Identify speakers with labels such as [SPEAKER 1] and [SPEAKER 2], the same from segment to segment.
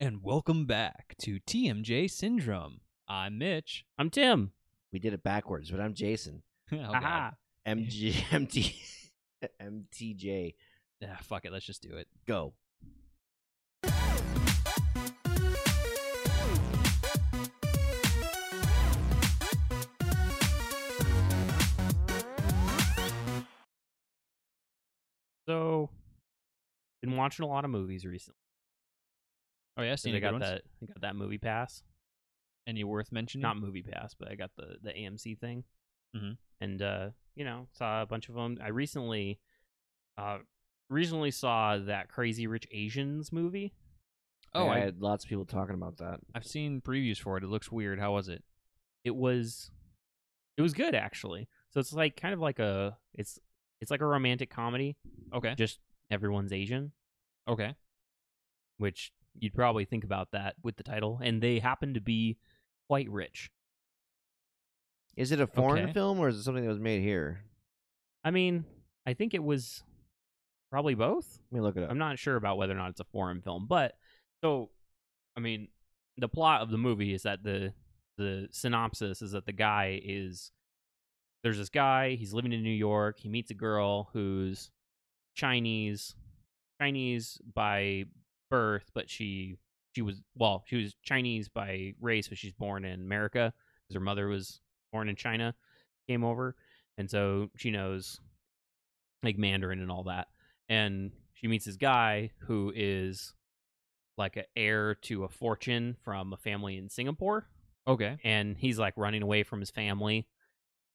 [SPEAKER 1] and welcome back to TMJ Syndrome. I'm Mitch.
[SPEAKER 2] I'm Tim.
[SPEAKER 3] We did it backwards, but I'm Jason.
[SPEAKER 1] oh, God.
[SPEAKER 2] Aha.
[SPEAKER 3] MG, MT, MTJ.
[SPEAKER 1] Ah, fuck it. Let's just do it.
[SPEAKER 3] Go.
[SPEAKER 2] So, been watching a lot of movies recently.
[SPEAKER 1] Oh, yeah.
[SPEAKER 2] 'cause
[SPEAKER 1] Seen
[SPEAKER 2] I
[SPEAKER 1] any good
[SPEAKER 2] got
[SPEAKER 1] ones? Mm-hmm.
[SPEAKER 2] that. I got that movie pass.
[SPEAKER 1] Any worth mentioning?
[SPEAKER 2] Not movie pass, but I got the the AMC thing.
[SPEAKER 1] Mhm.
[SPEAKER 2] And uh, you know, saw a bunch of them. I recently, uh, recently saw that Crazy Rich Asians movie.
[SPEAKER 1] oh,
[SPEAKER 3] I,
[SPEAKER 1] I,
[SPEAKER 3] had lots of people talking about that.
[SPEAKER 1] I've seen previews for it. It looks weird. How was it?
[SPEAKER 2] It was, it was good actually. So it's like kind of like a it's it's like a romantic comedy.
[SPEAKER 1] Okay.
[SPEAKER 2] Just everyone's Asian.
[SPEAKER 1] Okay.
[SPEAKER 2] which you'd probably think about that with the title, and they happen to be quite rich.
[SPEAKER 3] Is it a foreign
[SPEAKER 1] Okay.
[SPEAKER 3] film or is it something that was made here?
[SPEAKER 2] I mean, I think it was probably both.
[SPEAKER 3] Let me look it up.
[SPEAKER 2] I'm not sure about whether or not it's a foreign film, but so I mean, the plot of the movie is that the the synopsis is that the guy is there's this guy, he's living in New York, he meets a girl who's Chinese Chinese by birth, but she she was well, she was Chinese by race, but she's born in America because her mother was born in China, came over, and so she knows like Mandarin and all that. And she meets this guy who is like a heir to a fortune from a family in Singapore,
[SPEAKER 1] Okay.
[SPEAKER 2] and he's like running away from his family,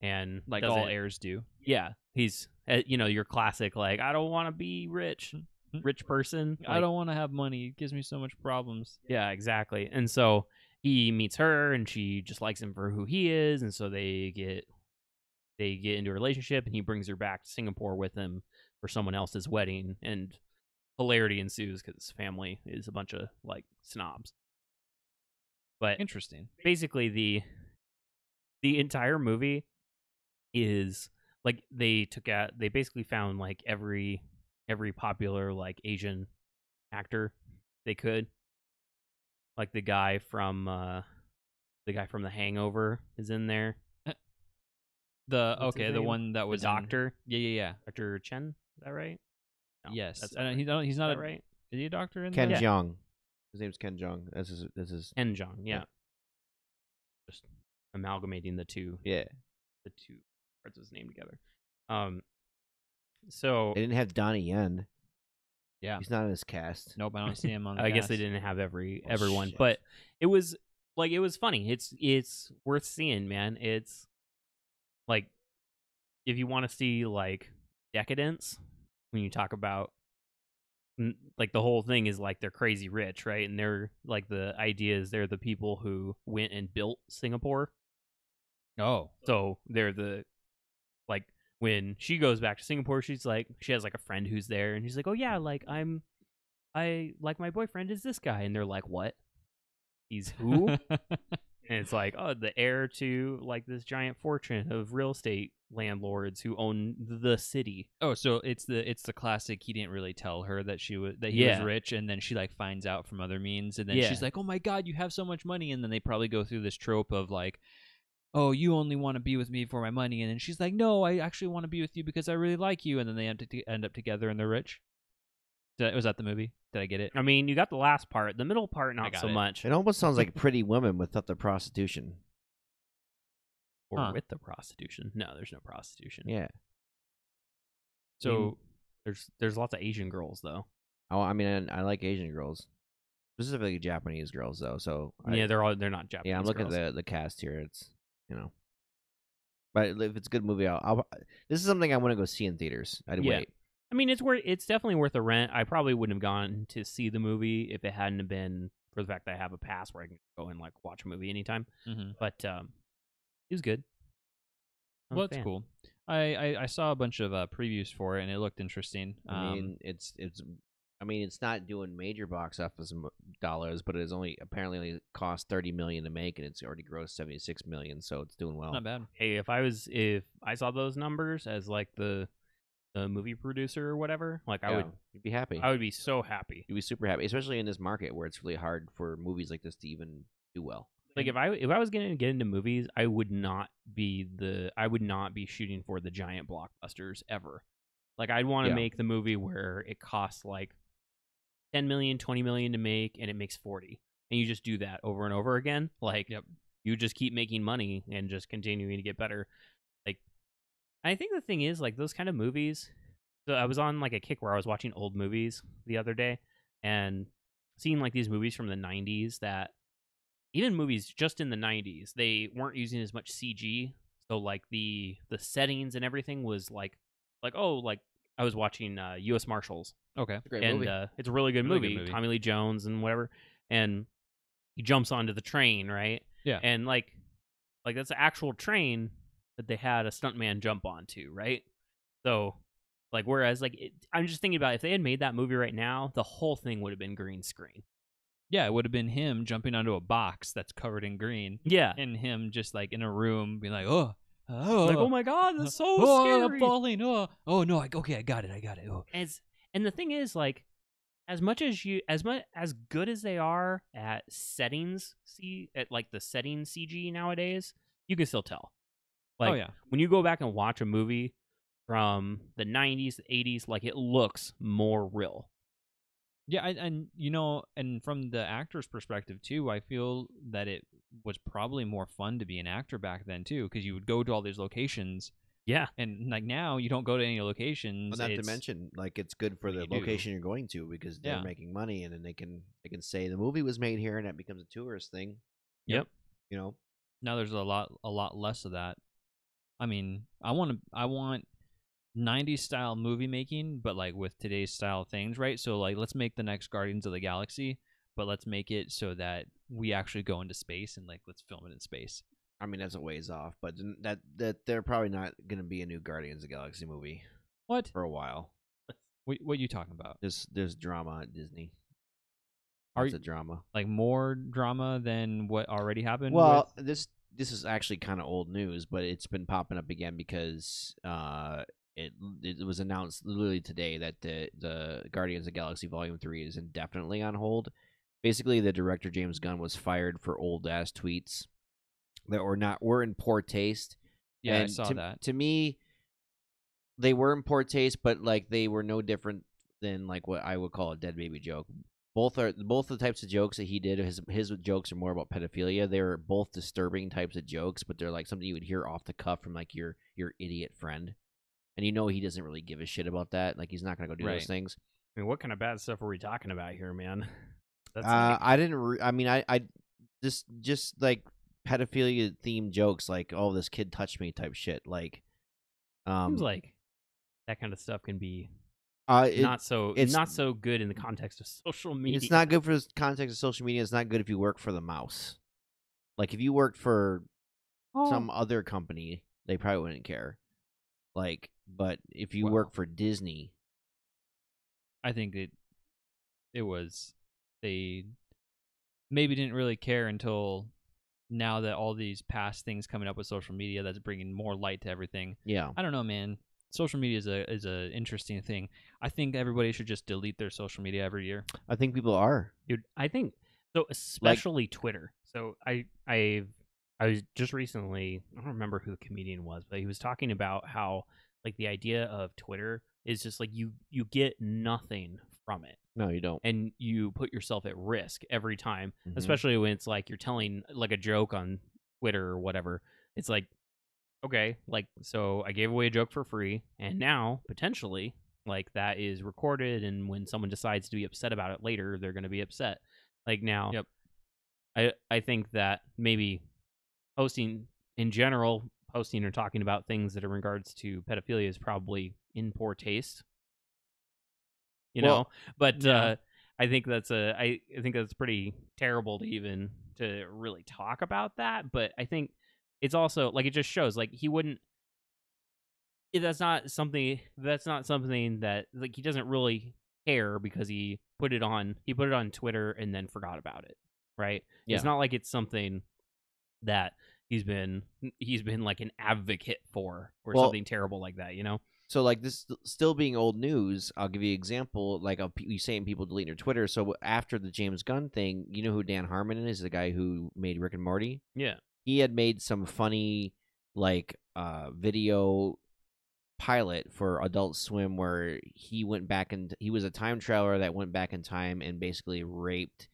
[SPEAKER 2] and
[SPEAKER 1] Like all
[SPEAKER 2] doesn't-
[SPEAKER 1] heirs do.
[SPEAKER 2] yeah, he's uh, you know your classic like I don't want to be rich, rich person.
[SPEAKER 1] I
[SPEAKER 2] like-
[SPEAKER 1] don't want to have money. It gives me so much problems.
[SPEAKER 2] yeah, exactly. And so he meets her and she just likes him for who he is and so they get they get into a relationship and he brings her back to Singapore with him for someone else's wedding and hilarity ensues cuz his family is a bunch of like snobs. But
[SPEAKER 1] Interesting.
[SPEAKER 2] basically the the entire movie is like they took out they basically found like every every popular like asian actor they could like the guy from uh the guy from the hangover is in there
[SPEAKER 1] The
[SPEAKER 2] What's his
[SPEAKER 1] okay, the
[SPEAKER 2] name?
[SPEAKER 1] one that
[SPEAKER 2] the
[SPEAKER 1] was in-
[SPEAKER 2] doctor
[SPEAKER 1] Yeah, yeah, yeah.
[SPEAKER 2] dr chen is that right No,
[SPEAKER 1] yes.
[SPEAKER 2] that's
[SPEAKER 1] I
[SPEAKER 2] not
[SPEAKER 1] don't-
[SPEAKER 2] right.
[SPEAKER 1] he don't- he's
[SPEAKER 2] Is
[SPEAKER 1] not
[SPEAKER 2] that
[SPEAKER 1] a,
[SPEAKER 2] right
[SPEAKER 1] Is he a doctor in
[SPEAKER 3] Ken
[SPEAKER 1] that?
[SPEAKER 3] Jeong. His name's Ken Jeong. This is this is
[SPEAKER 2] and john yeah
[SPEAKER 3] Yeah.
[SPEAKER 2] just amalgamating the two
[SPEAKER 3] yeah.
[SPEAKER 2] the two parts of his name together um so
[SPEAKER 3] They didn't have Donnie Yen.
[SPEAKER 1] Yeah.
[SPEAKER 3] He's not in this cast.
[SPEAKER 1] Nope, I don't see him on the
[SPEAKER 2] I guess they
[SPEAKER 1] cast.
[SPEAKER 2] didn't have every
[SPEAKER 3] Oh,
[SPEAKER 2] everyone,
[SPEAKER 3] shit.
[SPEAKER 2] but it was like it was funny. It's it's worth seeing, man. It's like if you want to see like decadence when you talk about n- like the whole thing is like they're crazy rich, right? And they're like the idea is they're the people who went and built Singapore.
[SPEAKER 1] Oh.
[SPEAKER 2] So they're the like when she goes back to Singapore, she's like she has like a friend who's there and she's like, "Oh yeah, like I'm I like my boyfriend is this guy." And they're like, "What? He's who?" and it's like, "Oh, the heir to like this giant fortune of real estate landlords who own the city."
[SPEAKER 1] Oh, so it's the it's the classic. He didn't really tell her that she was that he
[SPEAKER 2] Yeah.
[SPEAKER 1] was rich, and then she like finds out from other means, and then
[SPEAKER 2] Yeah.
[SPEAKER 1] she's like, "Oh my god, you have so much money!" And then they probably go through this trope of like, "Oh, you only want to be with me for my money," and then she's like, "No, I actually want to be with you because I really like you," and then they end, to end up together and they're rich. Did I, was that the movie? Did I get it?
[SPEAKER 2] I mean, you got the last part, the middle part not
[SPEAKER 1] got
[SPEAKER 2] so
[SPEAKER 1] it.
[SPEAKER 2] much.
[SPEAKER 3] It almost sounds like Pretty Women without the prostitution.
[SPEAKER 2] Or
[SPEAKER 1] Huh.
[SPEAKER 2] with the prostitution. No, there's no prostitution.
[SPEAKER 3] Yeah.
[SPEAKER 2] So there's there's lots of Asian girls though.
[SPEAKER 3] Oh, I mean, I, I like Asian girls, specifically Japanese girls, though. So I,
[SPEAKER 2] yeah, they're all they're not Japanese.
[SPEAKER 3] yeah, I'm looking
[SPEAKER 2] girls.
[SPEAKER 3] at the the cast here. It's you know, but if it's a good movie, I'll. I'll this is something I want to go see in theaters. I'd
[SPEAKER 2] Yeah.
[SPEAKER 3] wait.
[SPEAKER 2] I mean, it's worth. It's definitely worth a rent. I probably wouldn't have gone to see the movie if it hadn't have been for the fact that I have a pass where I can go and like watch a movie anytime.
[SPEAKER 1] Mm-hmm.
[SPEAKER 2] But um, it was good. I'm a
[SPEAKER 1] Well, that's
[SPEAKER 2] fan.
[SPEAKER 1] cool. I, I I saw a bunch of uh, previews for it, and it looked interesting.
[SPEAKER 3] I mean,
[SPEAKER 1] Um,
[SPEAKER 3] it's it's. I mean, it's not doing major box office mo- dollars, but it's only apparently only cost thirty million to make, and it's already grossed seventy six million, so it's doing well.
[SPEAKER 1] not bad.
[SPEAKER 2] Hey, if I was if I saw those numbers as like the a movie producer or whatever, like I
[SPEAKER 3] Yeah,
[SPEAKER 2] would
[SPEAKER 1] Oh,
[SPEAKER 3] you'd be happy.
[SPEAKER 2] I would be so happy.
[SPEAKER 3] you'd be super happy, especially in this market where it's really hard for movies like this to even do well.
[SPEAKER 2] Like if I if I was going to get into movies, I would not be the I would not be shooting for the giant blockbusters ever. Like I'd want to
[SPEAKER 3] Yeah.
[SPEAKER 2] make the movie where it costs like 10 million, 20 million to make and it makes 40. And you just do that over and over again. Like you just keep making money and just continuing to get better. Like I think the thing is like those kind of movies. So I was on like a kick where I was watching old movies the other day and seeing like these movies from the 90s that even movies just in the 90s they weren't using as much CG. So like the the settings and everything was like like oh like I was watching uh US Marshals
[SPEAKER 1] Okay.
[SPEAKER 3] It's a great
[SPEAKER 2] and
[SPEAKER 3] movie.
[SPEAKER 2] Uh, it's a really good,
[SPEAKER 1] Really good
[SPEAKER 2] movie.
[SPEAKER 1] movie.
[SPEAKER 2] Tommy Lee Jones and whatever, and he jumps onto the train, right?
[SPEAKER 1] Yeah.
[SPEAKER 2] and like, like that's the actual train that they had a stuntman jump onto, right? So, like, whereas like it, I'm just thinking about if they had made that movie right now, the whole thing would have been green screen.
[SPEAKER 1] Yeah, it would have been him jumping onto a box that's covered in green,
[SPEAKER 2] Yeah,
[SPEAKER 1] and him just like in a room being like, "Oh, oh,
[SPEAKER 2] like oh my god, that's so
[SPEAKER 1] oh,
[SPEAKER 2] scary.
[SPEAKER 1] I'm falling. Oh, oh no, I, okay, I got it, I got it. Oh,
[SPEAKER 2] as and the thing is like as much as you as much as good as they are at settings see at like the setting cg nowadays you can still tell like
[SPEAKER 1] oh yeah,
[SPEAKER 2] when you go back and watch a movie from the 90s the 80s like it looks more real
[SPEAKER 1] yeah, and, and you know, and from the actor's perspective too, I feel that it was probably more fun to be an actor back then too, because you would go to all these locations,
[SPEAKER 2] yeah
[SPEAKER 1] and like now you don't go to any locations.
[SPEAKER 3] Well, not to
[SPEAKER 1] it's-
[SPEAKER 3] mention, like it's good for
[SPEAKER 1] what
[SPEAKER 3] the
[SPEAKER 1] you do.
[SPEAKER 3] location you're going to because they're
[SPEAKER 1] Yeah.
[SPEAKER 3] making money, and then they can they can say the movie was made here, and it becomes a tourist thing.
[SPEAKER 2] Yep.
[SPEAKER 3] You know,
[SPEAKER 1] now there's a lot a lot less of that i mean i want to i want 90s style movie making but like with today's style things right so like let's make the next guardians of the galaxy but let's make it so that we actually go into space and like let's film it in space
[SPEAKER 3] I mean that's a ways off, but then that that they're probably not going to be a new Guardians of the Galaxy movie
[SPEAKER 1] what
[SPEAKER 3] for a while.
[SPEAKER 1] what, what you talking about
[SPEAKER 3] There's there's drama at Disney.
[SPEAKER 1] Are
[SPEAKER 3] it's
[SPEAKER 1] you-
[SPEAKER 3] a drama.
[SPEAKER 1] like more drama than what already happened
[SPEAKER 3] Well,
[SPEAKER 1] with-
[SPEAKER 3] this this is actually kind of old news, but it's been popping up again because uh, it it was announced literally today that the the Guardians of the Galaxy Volume Three is indefinitely on hold. Basically, the director James Gunn was fired for old ass tweets that were not were in poor taste.
[SPEAKER 1] yeah i
[SPEAKER 3] And
[SPEAKER 1] saw
[SPEAKER 3] to,
[SPEAKER 1] that
[SPEAKER 3] To me, they were in poor taste, but like they were no different than like what I would call a dead baby joke. Both are both the types of jokes that he did. His his jokes are more about pedophilia. They were both disturbing types of jokes, but they're like something you would hear off the cuff from like your your idiot friend, and you know he doesn't really give a shit about that. Like he's not gonna go do
[SPEAKER 1] Right.
[SPEAKER 3] those things.
[SPEAKER 2] i mean what kind of bad stuff are we talking about here man that's
[SPEAKER 3] Uh,
[SPEAKER 2] like-
[SPEAKER 3] I didn't. Re- I mean, I, I just just like pedophilia themed jokes, like "oh, this kid touched me" type shit. Like, um,
[SPEAKER 2] seems like that kind of stuff can be
[SPEAKER 3] uh, it-
[SPEAKER 2] not so
[SPEAKER 3] it's-
[SPEAKER 2] not so good in the context of social media
[SPEAKER 3] It's not good for the context of social media. It's not good if you work for the mouse. Like if you worked for
[SPEAKER 2] Oh,
[SPEAKER 3] some other company, they probably wouldn't care. Like, but if you work
[SPEAKER 1] Well.
[SPEAKER 3] for Disney,
[SPEAKER 1] I think it it was they maybe didn't really care until now that all these past things coming up with social media that's bringing more light to everything.
[SPEAKER 3] yeah,
[SPEAKER 1] I don't know, man. Social media is a is a interesting thing. I think everybody should just delete their social media every year.
[SPEAKER 3] I think people are.
[SPEAKER 2] dude i think so especially twitter so i i i was just recently i don't remember who the comedian was but he was talking about how like the idea of twitter is just like you you get nothing from it
[SPEAKER 3] No, you don't.
[SPEAKER 2] and you put yourself at risk every time
[SPEAKER 3] Mhm.
[SPEAKER 2] especially when it's like you're telling like a joke on twitter or whatever it's like okay like so i gave away a joke for free and now potentially like that is recorded and when someone decides to be upset about it later they're going to be upset like now
[SPEAKER 1] Yep.
[SPEAKER 2] i i think that maybe posting in general posting or talking about things that are in regards to pedophilia is probably in poor taste you
[SPEAKER 3] Well,
[SPEAKER 2] know but
[SPEAKER 1] Yeah.
[SPEAKER 2] uh I think that's a I, I think that's pretty terrible to even to really talk about that, but I think it's also like it just shows like he wouldn't if that's not something that's not something that like he doesn't really care because he put it on he put it on Twitter and then forgot about it, right?
[SPEAKER 3] Yeah.
[SPEAKER 2] It's not like it's something that he's been he's been like an advocate for or
[SPEAKER 3] Well-
[SPEAKER 2] something terrible like that, you know?
[SPEAKER 3] So like this st- still being old news. I'll give you an example. Like of pe- you saying people deleting their Twitter. So after the James Gunn thing, you know who Dan Harmon is? The guy who made Rick and Morty.
[SPEAKER 2] Yeah.
[SPEAKER 3] He had made some funny like uh video pilot for Adult Swim where he went back and he was a time traveler that went back in time and basically raped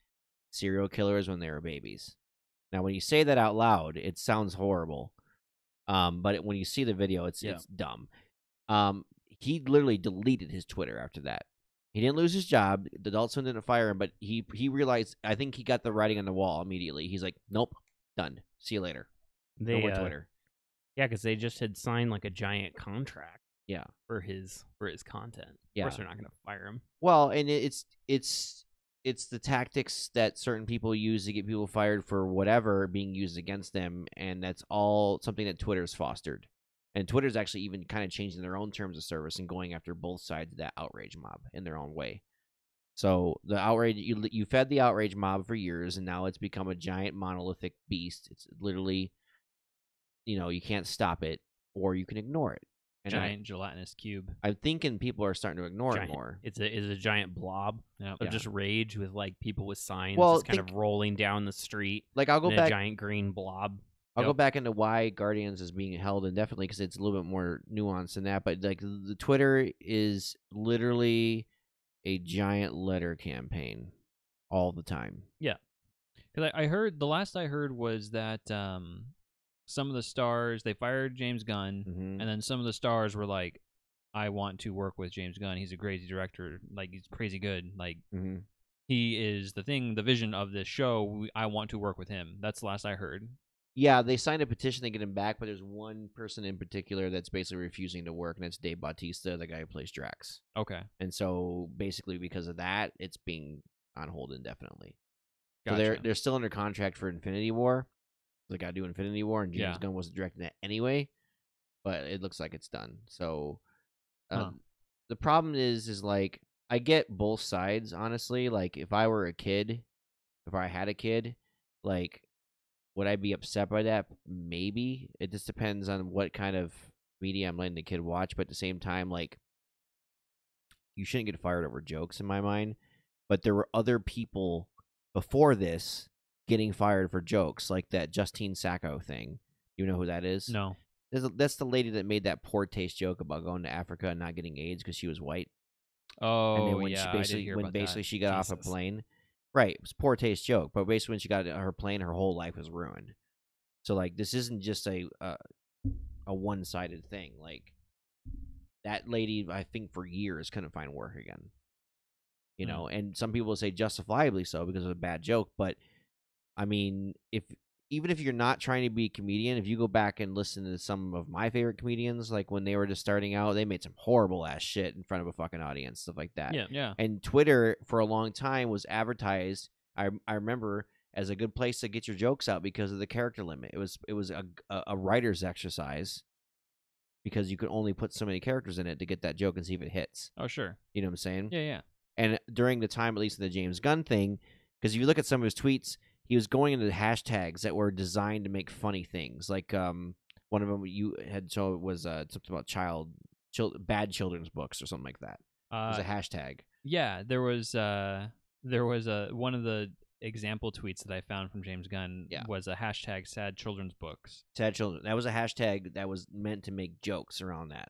[SPEAKER 3] serial killers when they were babies. Now, when you say that out loud, it sounds horrible, um, but it, when you see the video, it's
[SPEAKER 2] Yeah.
[SPEAKER 3] it's dumb. Um, he literally deleted his Twitter after that. He didn't lose his job. The Adult Swim didn't fire him, but he he realized. I think he got the writing on the wall immediately. He's like, "Nope, done. See you later.
[SPEAKER 2] They,
[SPEAKER 3] no more
[SPEAKER 2] uh,
[SPEAKER 3] Twitter."
[SPEAKER 2] Yeah, because they just had signed like a giant contract.
[SPEAKER 3] Yeah.
[SPEAKER 2] For his for his content. Of
[SPEAKER 3] Yeah.
[SPEAKER 2] course, they're not gonna fire him.
[SPEAKER 3] Well, and it- it's it's it's the tactics that certain people use to get people fired for whatever being used against them, and that's all something that Twitter's fostered. And Twitter's actually even kind of changing their own terms of service and going after both sides of that outrage mob in their own way. So the outrage you you fed the outrage mob for years, and now it's become a giant monolithic beast. It's literally, you know, you can't stop it or you can ignore it. And
[SPEAKER 1] Giant gelatinous cube.
[SPEAKER 3] I, I'm thinking people are starting to ignore
[SPEAKER 2] Giant.
[SPEAKER 3] it more.
[SPEAKER 2] It's a is a giant blob
[SPEAKER 1] Yep.
[SPEAKER 2] of
[SPEAKER 3] Yeah.
[SPEAKER 2] just rage with like people with signs
[SPEAKER 3] Well,
[SPEAKER 2] just kind of
[SPEAKER 3] think-
[SPEAKER 2] rolling down the street.
[SPEAKER 3] Like I'll go
[SPEAKER 2] and
[SPEAKER 3] back.
[SPEAKER 2] a giant green blob.
[SPEAKER 3] I'll go
[SPEAKER 2] Yep.
[SPEAKER 3] back into why Guardians is being held indefinitely because it's a little bit more nuanced than that. But like the Twitter is literally a giant letter campaign all the time.
[SPEAKER 1] Because I, I heard the last I heard was that um, some of the stars they fired James Gunn,
[SPEAKER 3] Mm-hmm.
[SPEAKER 1] and then some of the stars were like, "I want to work with James Gunn. He's a crazy director. Like he's crazy good. Like
[SPEAKER 2] mm-hmm.
[SPEAKER 3] hmm
[SPEAKER 1] he is the thing, the vision of this show. We, I want to work with him." That's the last I heard.
[SPEAKER 3] Yeah, they signed a petition to get him back, but there's one person in particular that's basically refusing to work, and that's Dave Bautista, the guy who plays Drax.
[SPEAKER 1] Okay,
[SPEAKER 3] And so basically, because of that, it's being on hold indefinitely.
[SPEAKER 1] gotcha.
[SPEAKER 3] So they're they're still under contract for Infinity War. They got to do Infinity War, and James
[SPEAKER 1] Yeah.
[SPEAKER 3] Gunn wasn't directing that anyway. But it looks like it's done. So um,
[SPEAKER 1] Huh.
[SPEAKER 3] the problem is, is like I get both sides. Honestly, like if I were a kid, if I had a kid, like would I be upset by that? Maybe it just depends on what kind of media I'm letting the kid watch. But at the same time, like you shouldn't get fired over jokes in my mind. But there were other people before this getting fired for jokes, like that Justine Sacco thing. You know who that is?
[SPEAKER 1] no.
[SPEAKER 3] That's, the- that's the lady that made that poor taste joke about going to Africa and not getting AIDS because she was white. and
[SPEAKER 1] Oh
[SPEAKER 3] then when
[SPEAKER 1] yeah,
[SPEAKER 3] she
[SPEAKER 1] I did
[SPEAKER 3] basically
[SPEAKER 1] hear
[SPEAKER 3] when
[SPEAKER 1] about
[SPEAKER 3] basically
[SPEAKER 1] that.
[SPEAKER 3] she got off a
[SPEAKER 1] Jesus.
[SPEAKER 3] plane. Right, it was a poor taste joke, but basically when she got on her plane, her whole life was ruined. So like this isn't just a uh, a one sided thing. Like that lady, I think for years couldn't find work again. You
[SPEAKER 1] Hmm.
[SPEAKER 3] know, and some people say justifiably so because of a bad joke, but I mean, if even if you're not trying to be a comedian, if you go back and listen to some of my favorite comedians, like when they were just starting out, they made some horrible ass shit in front of a fucking audience, stuff like that.
[SPEAKER 2] Yeah.
[SPEAKER 1] Yeah.
[SPEAKER 3] And Twitter for a long time was advertised. I I remember as a good place to get your jokes out because of the character limit. It was it was a a, a writer's exercise because you could only put so many characters in it to get that joke and see if it hits.
[SPEAKER 1] Oh sure.
[SPEAKER 3] You know what I'm saying?
[SPEAKER 1] Yeah yeah.
[SPEAKER 3] and during the time at least of the James Gunn thing, because if you look at some of his tweets, he was going into hashtags that were designed to make funny things. Like um, one of them you had so was uh, something about child, chil- bad children's books or something like that. It was
[SPEAKER 1] Uh,
[SPEAKER 3] a hashtag.
[SPEAKER 1] Yeah, there was uh there was a one of the example tweets that I found from James Gunn
[SPEAKER 3] Yeah.
[SPEAKER 1] was a hashtag sad children's books.
[SPEAKER 3] Sad children. That was a hashtag that was meant to make jokes around that.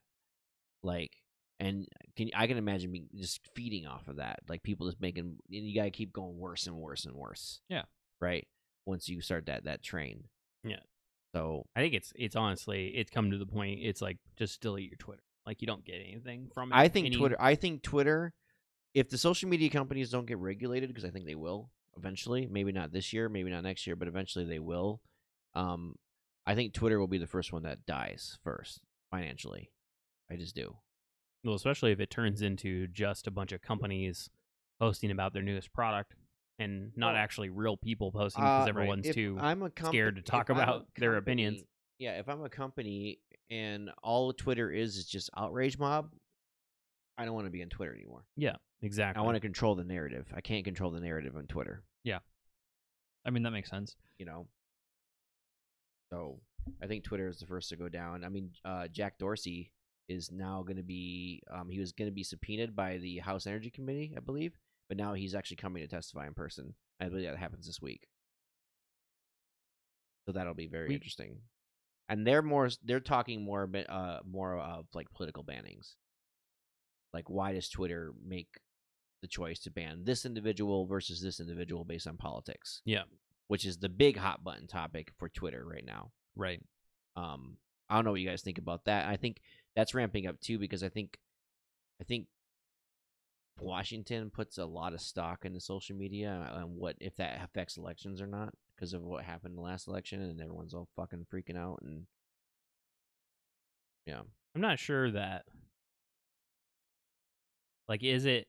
[SPEAKER 3] Like, and can I can imagine being just feeding off of that. Like people just making and you gotta keep going worse and worse and worse.
[SPEAKER 1] Yeah.
[SPEAKER 3] Right. Once you start that that train.
[SPEAKER 2] Yeah.
[SPEAKER 3] So
[SPEAKER 2] I think it's it's honestly it's come to the point it's like just delete your Twitter. Like you don't get anything from it.
[SPEAKER 3] I think
[SPEAKER 2] Any-
[SPEAKER 3] Twitter. I think Twitter. If the social media companies don't get regulated, because I think they will eventually. Maybe not this year. Maybe not next year. But eventually they will. Um, I think Twitter will be the first one that dies first financially. I just do.
[SPEAKER 2] Well, especially if it turns into just a bunch of companies posting about their newest product and not
[SPEAKER 3] Well,
[SPEAKER 2] actually real people posting
[SPEAKER 1] Uh,
[SPEAKER 2] because everyone's too.
[SPEAKER 3] Uh, I'm a
[SPEAKER 2] scared to talk
[SPEAKER 3] if I'm a
[SPEAKER 2] about their opinions.
[SPEAKER 3] company- Yeah, if I'm a company and all Twitter is is just outrage mob, I don't want to be on Twitter anymore.
[SPEAKER 2] exactly.
[SPEAKER 3] I want to control the narrative. I can't control the narrative on Twitter.
[SPEAKER 1] I mean that makes sense.
[SPEAKER 3] you know. So I think Twitter is the first to go down. I mean, uh, Jack Dorsey is now going to be um, he was going to be subpoenaed by the House Energy Committee, I believe, but now he's actually coming to testify in person. I believe that happens this week. So that'll be very
[SPEAKER 1] We-
[SPEAKER 3] interesting. And they're more s- they're talking more about uh more of like political bannings. Like why does Twitter make the choice to ban this individual versus this individual based on politics?
[SPEAKER 2] Yeah.
[SPEAKER 3] Which is the big hot button topic for Twitter right now.
[SPEAKER 1] Right.
[SPEAKER 3] Um, I don't know what you guys think about that. I think that's ramping up too because I think, I think Washington puts a lot of stock into social media and what if that affects elections or not because of what happened in the last election and everyone's all fucking freaking out and yeah,
[SPEAKER 2] I'm not sure that. Like, is it?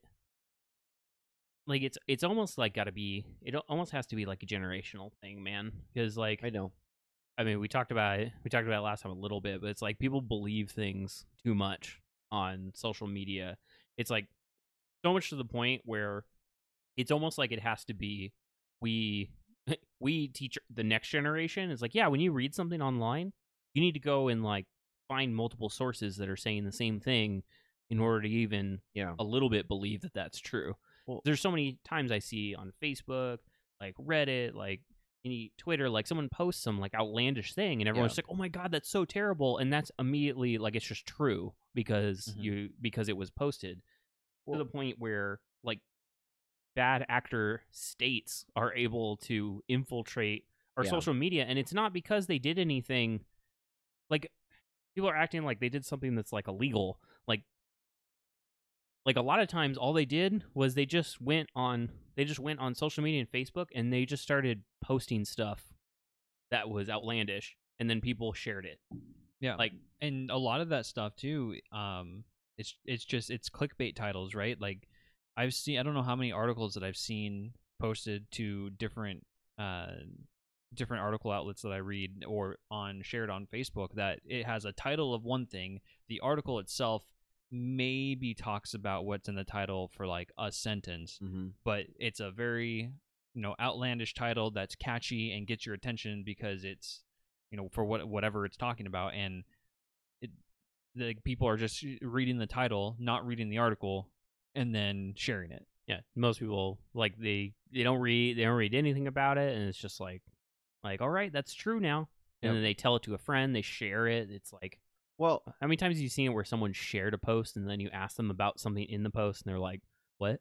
[SPEAKER 2] Like it's it's almost like got to be it al- almost has to be like a generational thing, man. Because like
[SPEAKER 3] I know.
[SPEAKER 2] I mean, we talked about it, we talked about it last time a little bit, but it's like people believe things too much on social media. It's like so much to the point where it's almost like it has to be we we teach the next generation. It's like, yeah, when you read something online, you need to go and like find multiple sources that are saying the same thing in order to even
[SPEAKER 3] Yeah,
[SPEAKER 2] a little bit believe that that's true.
[SPEAKER 3] Well-
[SPEAKER 2] There's so many times I see on Facebook, like Reddit, like any Twitter, like someone posts some like outlandish thing, and everyone's
[SPEAKER 3] Yeah.
[SPEAKER 2] just like, "Oh my god, that's so terrible!" And that's immediately like it's just true because
[SPEAKER 3] Mm-hmm.
[SPEAKER 1] Mhm.
[SPEAKER 2] you because it was posted
[SPEAKER 3] Well-
[SPEAKER 2] to the point where like bad actor states are able to infiltrate our
[SPEAKER 3] Yeah.
[SPEAKER 2] social media, and it's not because they did anything. Like people are acting like they did something that's like illegal. Like like a lot of times all they did was they just went on they just went on social media and Facebook and they just started posting stuff that was outlandish and then people shared it.
[SPEAKER 1] Yeah.
[SPEAKER 2] Like-
[SPEAKER 1] and a lot of that stuff too, um, it's it's just it's clickbait titles, right? Like I've seen I don't know how many articles that I've seen posted to different uh different article outlets that I read or on shared on Facebook that it has a title of one thing. The article itself maybe talks about what's in the title for like a sentence,
[SPEAKER 3] mm-hmm.
[SPEAKER 1] but it's a very you know outlandish title that's catchy and gets your attention because it's you know for what whatever it's talking about and it, the people are just reading the title not reading the article and then sharing it
[SPEAKER 2] Yeah, most people like they they don't read they don't read anything about it and it's just like like all right, that's true now. And
[SPEAKER 1] Yep.
[SPEAKER 2] then they tell it to a friend, they share it. It's like
[SPEAKER 3] Well,
[SPEAKER 2] how many times have you seen it where someone shared a post and then you ask them about something in the post and they're like, "What?"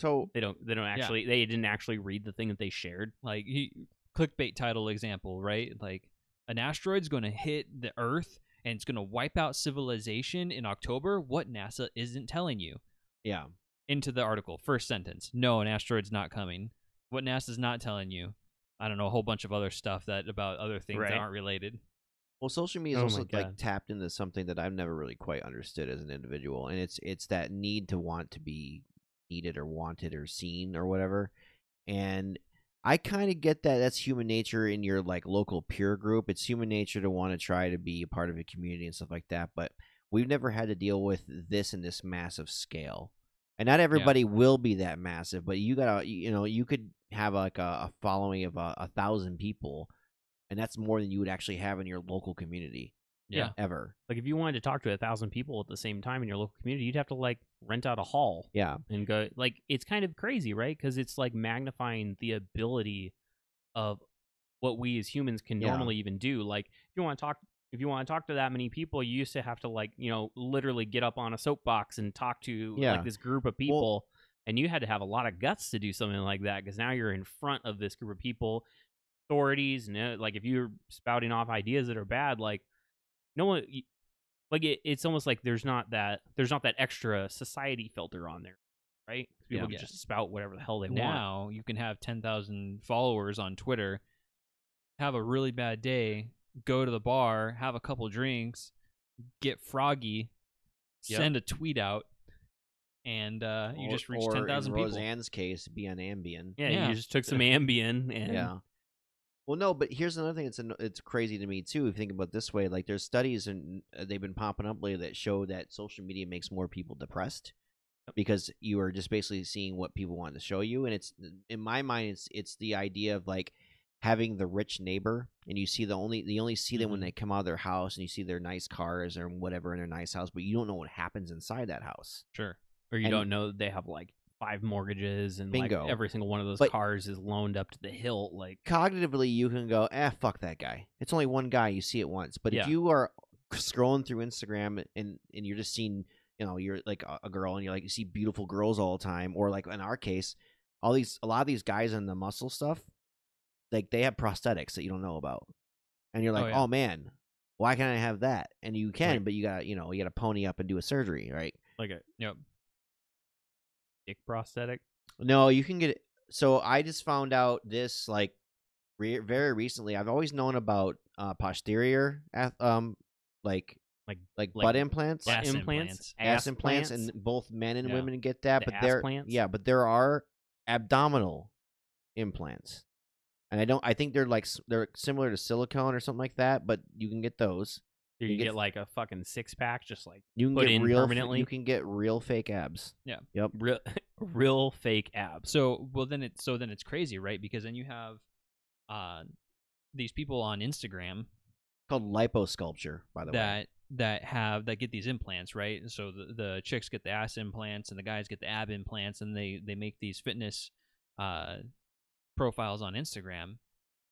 [SPEAKER 3] so
[SPEAKER 2] They don't they don't actually they didn't actually read the thing that they shared.
[SPEAKER 1] like he, clickbait title example right like an asteroid's going to hit the earth and it's going to wipe out civilization in october what nasa isn't telling you
[SPEAKER 3] yeah,
[SPEAKER 1] into the article. First sentence. No, an asteroid's not coming. What NASA's not telling you. I don't know, a whole bunch of other stuff that about other things
[SPEAKER 2] Right.
[SPEAKER 1] that aren't related.
[SPEAKER 3] Well, social media is
[SPEAKER 2] Oh my
[SPEAKER 3] also like
[SPEAKER 2] God.
[SPEAKER 3] tapped into something that I've never really quite understood as an individual, and it's it's that need to want to be needed or wanted or seen or whatever. And I kind of get that that's human nature in your like local peer group. It's human nature to want to try to be a part of a community and stuff like that, but we've never had to deal with this in this massive scale. And not everybody will be that massive, but you gotta, you know, you could have like a, a following of a, a thousand people, and that's more than you would actually have in your local community
[SPEAKER 1] Yeah.
[SPEAKER 3] ever.
[SPEAKER 2] Like if you wanted to talk to a thousand people at the same time in your local community, you'd have to like rent out a hall
[SPEAKER 3] Yeah,
[SPEAKER 2] and go like it's kind of crazy, right? Because it's like magnifying the ability of what we as humans can
[SPEAKER 3] Yeah.
[SPEAKER 2] normally even do. Like if you want to talk if you want to talk to that many people, you used to have to like, you know, literally get up on a soapbox and talk to
[SPEAKER 3] Yeah.
[SPEAKER 2] like this group of people. and you had to have a lot of guts to do something like that because now you're in front of this group of people, authorities, and uh, like if you're spouting off ideas that are bad, like no one, y- like it, it's almost like there's not that there's not that extra society filter on there, right? 'Cause People
[SPEAKER 1] Yeah.
[SPEAKER 2] can
[SPEAKER 1] Yeah.
[SPEAKER 2] just spout whatever the hell they want.
[SPEAKER 1] now you can have 10,000 followers on Twitter, have a really bad day, go to the bar, have a couple drinks, get froggy,
[SPEAKER 2] Yep.
[SPEAKER 1] send a tweet out, and uh, you
[SPEAKER 3] Or-
[SPEAKER 1] just reach
[SPEAKER 3] or
[SPEAKER 1] 10,000
[SPEAKER 3] in
[SPEAKER 1] people.
[SPEAKER 3] Roseanne's case, be on Ambien.
[SPEAKER 2] Yeah,
[SPEAKER 1] Yeah.
[SPEAKER 2] you just took some Ambien and
[SPEAKER 3] Yeah. Well, no, but here's another thing that's an, it's crazy to me too. If you think about it this way, like there's studies and uh, they've been popping up lately that show that social media makes more people depressed because you are just basically seeing what people want to show you, and it's in my mind, it's it's the idea of like having the rich neighbor and you see the only you only see them
[SPEAKER 1] Mm-hmm.
[SPEAKER 3] when they come out of their house and you see their nice cars or whatever in their nice house, but you don't know what happens inside that house.
[SPEAKER 1] Sure.
[SPEAKER 2] or you
[SPEAKER 3] And-
[SPEAKER 2] don't know that they have like five mortgages and
[SPEAKER 3] Bingo.
[SPEAKER 2] like every single one of those
[SPEAKER 3] But-
[SPEAKER 2] cars is loaned up to the hilt. Like
[SPEAKER 3] Cognitively, you can go, eh, fuck that guy. It's only one guy. You see it once, but
[SPEAKER 2] Yeah.
[SPEAKER 3] if you are scrolling through Instagram and and you're just seeing, you know, you're like a, a girl and you're like you see beautiful girls all the time, or like in our case, all these a lot of these guys in the muscle stuff, like they have prosthetics that you don't know about, and you're
[SPEAKER 1] Oh,
[SPEAKER 3] like, oh,
[SPEAKER 1] yeah.
[SPEAKER 3] man, why can't I have that? And you can,
[SPEAKER 2] Right.
[SPEAKER 3] but you got you know you got to pony up and do a surgery, right?
[SPEAKER 2] like a
[SPEAKER 1] Yep.
[SPEAKER 2] dick prosthetic.
[SPEAKER 3] No, you can get it. So I just found out this like re- very recently. I've always known about uh, posterior, ath- um, like
[SPEAKER 2] Like-
[SPEAKER 3] like,
[SPEAKER 2] like
[SPEAKER 3] butt implants,
[SPEAKER 1] ass
[SPEAKER 2] Butt
[SPEAKER 1] implants.
[SPEAKER 3] ass, implants, and both men and
[SPEAKER 2] Yeah.
[SPEAKER 3] women get that.
[SPEAKER 2] The
[SPEAKER 3] but
[SPEAKER 2] ass
[SPEAKER 3] there,
[SPEAKER 2] plants?
[SPEAKER 3] yeah, but there are abdominal implants, and I don't. I think they're like s- they're similar to silicone or something like that. But you can get those.
[SPEAKER 2] you,
[SPEAKER 3] you
[SPEAKER 2] can
[SPEAKER 3] get-
[SPEAKER 2] get like a fucking six pack, just like
[SPEAKER 3] You can
[SPEAKER 2] Put
[SPEAKER 3] get
[SPEAKER 2] in
[SPEAKER 3] real. f-
[SPEAKER 2] permanently?
[SPEAKER 3] You can get real fake abs.
[SPEAKER 2] real, real fake abs.
[SPEAKER 1] So well then it so then it's crazy, right? Because then you have uh these people on Instagram
[SPEAKER 3] Called liposculpture, by the way.
[SPEAKER 1] that that have that get these implants, right? And So the, the chicks get the ass implants and the guys get the ab implants and they they make these fitness uh profiles on Instagram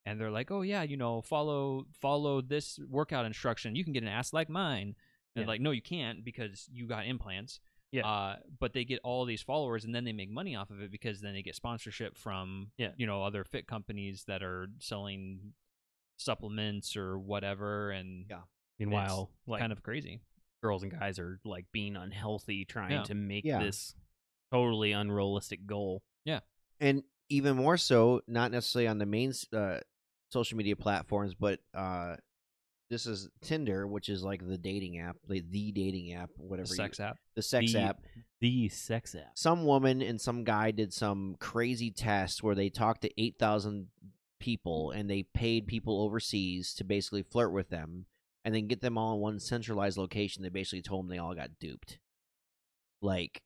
[SPEAKER 1] and they're like, "Oh yeah, you know, follow follow this workout instruction. You can get an ass like mine." And
[SPEAKER 2] Yeah.
[SPEAKER 1] like, "No, you can't because you got implants."
[SPEAKER 2] Yeah.
[SPEAKER 1] Uh, but they get all these followers and then they make money off of it because then they get sponsorship from
[SPEAKER 2] Yeah.
[SPEAKER 1] you know other fit companies that are selling supplements or whatever and
[SPEAKER 3] Yeah.
[SPEAKER 2] Meanwhile, like
[SPEAKER 1] kind of crazy.
[SPEAKER 2] girls and guys are like being unhealthy, trying
[SPEAKER 1] Yeah.
[SPEAKER 2] to make
[SPEAKER 3] Yeah.
[SPEAKER 2] this totally unrealistic goal.
[SPEAKER 3] and even more so, not necessarily on the main s- uh, social media platforms, but uh, this is Tinder, which is like the dating app, like the dating app, whatever
[SPEAKER 1] The
[SPEAKER 3] you-
[SPEAKER 1] sex app.
[SPEAKER 3] the sex
[SPEAKER 2] The-
[SPEAKER 3] app.
[SPEAKER 2] The sex app.
[SPEAKER 3] Some woman and some guy did some crazy test where they talked to eight thousand people, and they paid people overseas to basically flirt with them, and then get them all in one centralized location. They basically told them they all got duped. Like,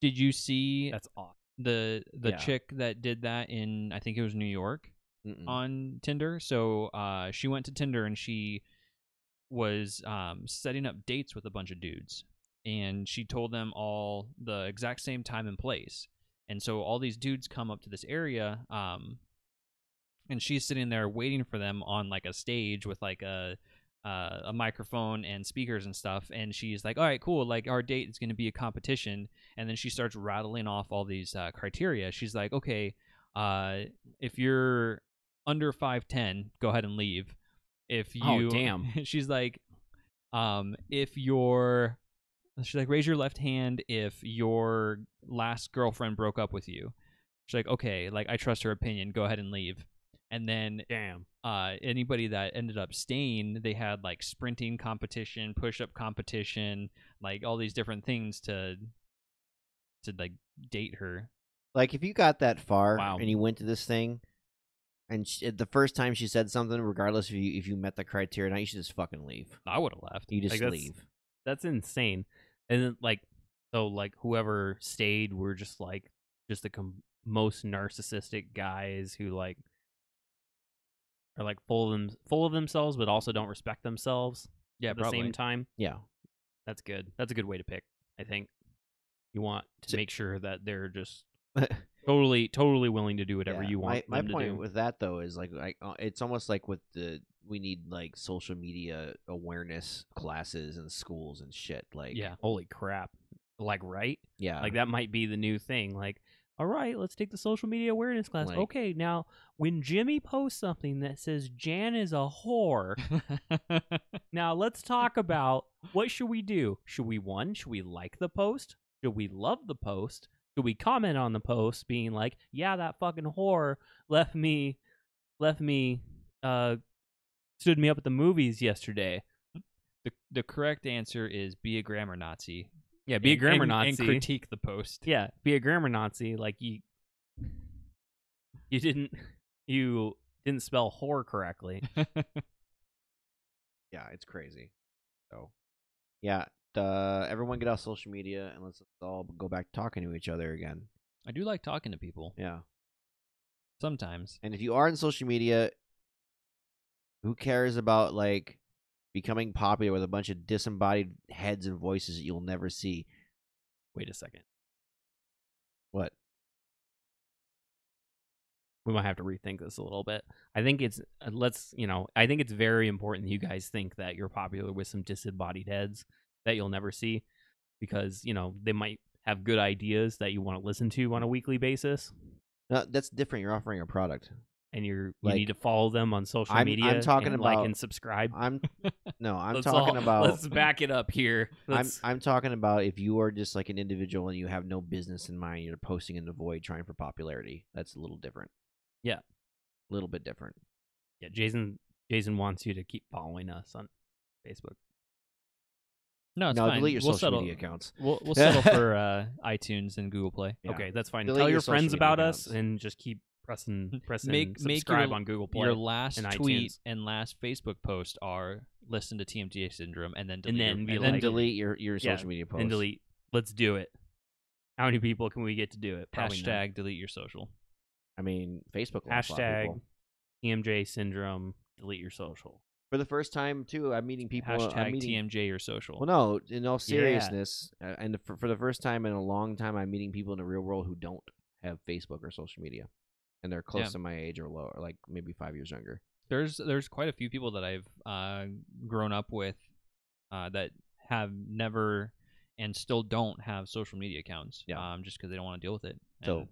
[SPEAKER 1] Did you see
[SPEAKER 2] That's awesome.
[SPEAKER 1] the the
[SPEAKER 3] Yeah.
[SPEAKER 1] chick that did that in I think it was New York
[SPEAKER 3] mm-mm.
[SPEAKER 1] on Tinder? So uh, she went to Tinder and she was um, setting up dates with a bunch of dudes, and she told them all the exact same time and place. And so all these dudes come up to this area, um, and she's sitting there waiting for them on like a stage with like a uh, a microphone and speakers and stuff. And she's like, "All right, cool. Like our date is going to be a competition." And then she starts rattling off all these uh, criteria. She's like, "Okay, uh, if you're under five ten, go ahead and leave. If you,
[SPEAKER 2] Oh, damn.
[SPEAKER 1] she's like, um, if you're." She's like, raise your left hand if your last girlfriend broke up with you. She's like, okay, like I trust her opinion. Go ahead and leave. And then
[SPEAKER 2] Damn.
[SPEAKER 1] uh, anybody that ended up staying, they had like sprinting competition, push up competition, like all these different things to to like date her.
[SPEAKER 3] Like if you got that far
[SPEAKER 2] Wow.
[SPEAKER 3] and you went to this thing, and sh the first time she said something, regardless if you if you met the criteria, or not you should just fucking leave.
[SPEAKER 1] I would have left.
[SPEAKER 3] You just
[SPEAKER 2] Like, that's-
[SPEAKER 3] leave.
[SPEAKER 2] That's insane. And then, like, so like whoever stayed were just like just the com- most narcissistic guys who like are like full of them full of themselves, but also don't respect themselves
[SPEAKER 1] Yeah,
[SPEAKER 2] at the
[SPEAKER 1] probably.
[SPEAKER 2] same time.
[SPEAKER 3] Yeah,
[SPEAKER 2] That's good. That's a good way to pick. I think you want to
[SPEAKER 3] So-
[SPEAKER 2] make sure that they're just totally totally willing to do whatever
[SPEAKER 3] Yeah.
[SPEAKER 2] you want
[SPEAKER 3] My,
[SPEAKER 2] them
[SPEAKER 3] my
[SPEAKER 2] to
[SPEAKER 3] point
[SPEAKER 2] do.
[SPEAKER 3] with that though is like, like uh, it's almost like with the we need like social media awareness classes in schools and shit. Like
[SPEAKER 1] Yeah.
[SPEAKER 2] Holy crap! Like right.
[SPEAKER 3] yeah,
[SPEAKER 2] Like that might be the new thing. Like, all right, let's take the social media awareness class.
[SPEAKER 3] Like-
[SPEAKER 2] okay, now when Jimmy posts something that says Jan is a whore, now let's talk about what should we do? Should we one, should we like the post? Should we love the post? Should we comment on the post being like, yeah, that fucking whore left me left me uh stood me up at the movies yesterday.
[SPEAKER 1] the the correct answer is be a grammar Nazi.
[SPEAKER 2] Yeah, be
[SPEAKER 1] and-
[SPEAKER 2] a grammar
[SPEAKER 1] and-
[SPEAKER 2] Nazi.
[SPEAKER 1] and critique the post.
[SPEAKER 2] yeah, be a grammar Nazi. Like you, you didn't, you didn't spell whore correctly.
[SPEAKER 3] yeah, it's crazy. So yeah, uh, everyone get off social media and let's all go back to talking to each other again.
[SPEAKER 1] I do like talking to people.
[SPEAKER 3] Yeah,
[SPEAKER 1] Sometimes.
[SPEAKER 3] And if you are on social media, who cares about like becoming popular with a bunch of disembodied heads and voices that you'll never see?
[SPEAKER 2] Wait a second.
[SPEAKER 3] What?
[SPEAKER 2] We might have to rethink this a little bit. I think it's uh, let's you know. I think it's very important that you guys think that you're popular with some disembodied heads that you'll never see, because you know they might have good ideas that you want to listen to on a weekly basis,
[SPEAKER 3] No, that's different. You're offering a product.
[SPEAKER 2] and you're you
[SPEAKER 3] Like-
[SPEAKER 2] need to follow them on social
[SPEAKER 3] I'm- I'm
[SPEAKER 2] media.
[SPEAKER 3] talking
[SPEAKER 2] and like
[SPEAKER 3] about-
[SPEAKER 2] and subscribe.
[SPEAKER 3] I'm no, I'm
[SPEAKER 2] Let's
[SPEAKER 3] talking
[SPEAKER 2] all-
[SPEAKER 3] about
[SPEAKER 2] Let's back it up here.
[SPEAKER 3] I'm
[SPEAKER 2] Let's-
[SPEAKER 3] I'm talking about if you are just like an individual and you have no business in mind, you're posting in the void trying for popularity. That's a little different.
[SPEAKER 2] Yeah.
[SPEAKER 3] A little bit different.
[SPEAKER 2] yeah, Jason. Jason wants you to keep following us on Facebook.
[SPEAKER 1] No, it's
[SPEAKER 3] no,
[SPEAKER 1] fine.
[SPEAKER 3] delete your
[SPEAKER 1] we'll
[SPEAKER 3] social
[SPEAKER 1] settle.
[SPEAKER 3] media accounts.
[SPEAKER 1] We'll, we'll settle for uh, iTunes and Google Play.
[SPEAKER 3] Yeah.
[SPEAKER 2] Okay, that's fine.
[SPEAKER 3] Delete
[SPEAKER 2] Tell
[SPEAKER 3] your
[SPEAKER 2] your
[SPEAKER 3] social
[SPEAKER 2] friends
[SPEAKER 3] media
[SPEAKER 2] about us
[SPEAKER 3] accounts.
[SPEAKER 2] and just keep pressing pressing
[SPEAKER 1] Make- make
[SPEAKER 2] subscribe
[SPEAKER 1] your-
[SPEAKER 2] on Google Play.
[SPEAKER 1] Your last
[SPEAKER 2] and
[SPEAKER 1] tweet
[SPEAKER 2] iTunes.
[SPEAKER 1] and last Facebook post are listen to TMDA syndrome and then delete
[SPEAKER 2] And
[SPEAKER 1] your-
[SPEAKER 2] then be
[SPEAKER 3] And
[SPEAKER 2] You
[SPEAKER 3] then
[SPEAKER 2] like-
[SPEAKER 3] delete your, your
[SPEAKER 2] Yeah,
[SPEAKER 3] social media posts.
[SPEAKER 2] and delete. Let's do it. How many people can we get to do it? Probably none.
[SPEAKER 1] hashtag delete your social.
[SPEAKER 3] I mean, Facebook. will block
[SPEAKER 2] hashtag
[SPEAKER 3] people.
[SPEAKER 2] TMJ syndrome. Delete your social.
[SPEAKER 3] For the first time, too, I'm meeting people. uh, I'm
[SPEAKER 1] hashtag
[SPEAKER 3] meeting,
[SPEAKER 1] TMJ your social.
[SPEAKER 3] Well, no, in all seriousness, uh, and for, for the first time in a long time, I'm meeting people in the real world who don't have Facebook or social media, and they're close
[SPEAKER 1] Yeah.
[SPEAKER 3] to my age or lower, like maybe five years younger.
[SPEAKER 1] there's there's quite a few people that I've uh, grown up with uh, that have never and still don't have social media accounts.
[SPEAKER 3] Yeah.
[SPEAKER 1] Um, just because they don't want to deal with it. And,
[SPEAKER 3] So,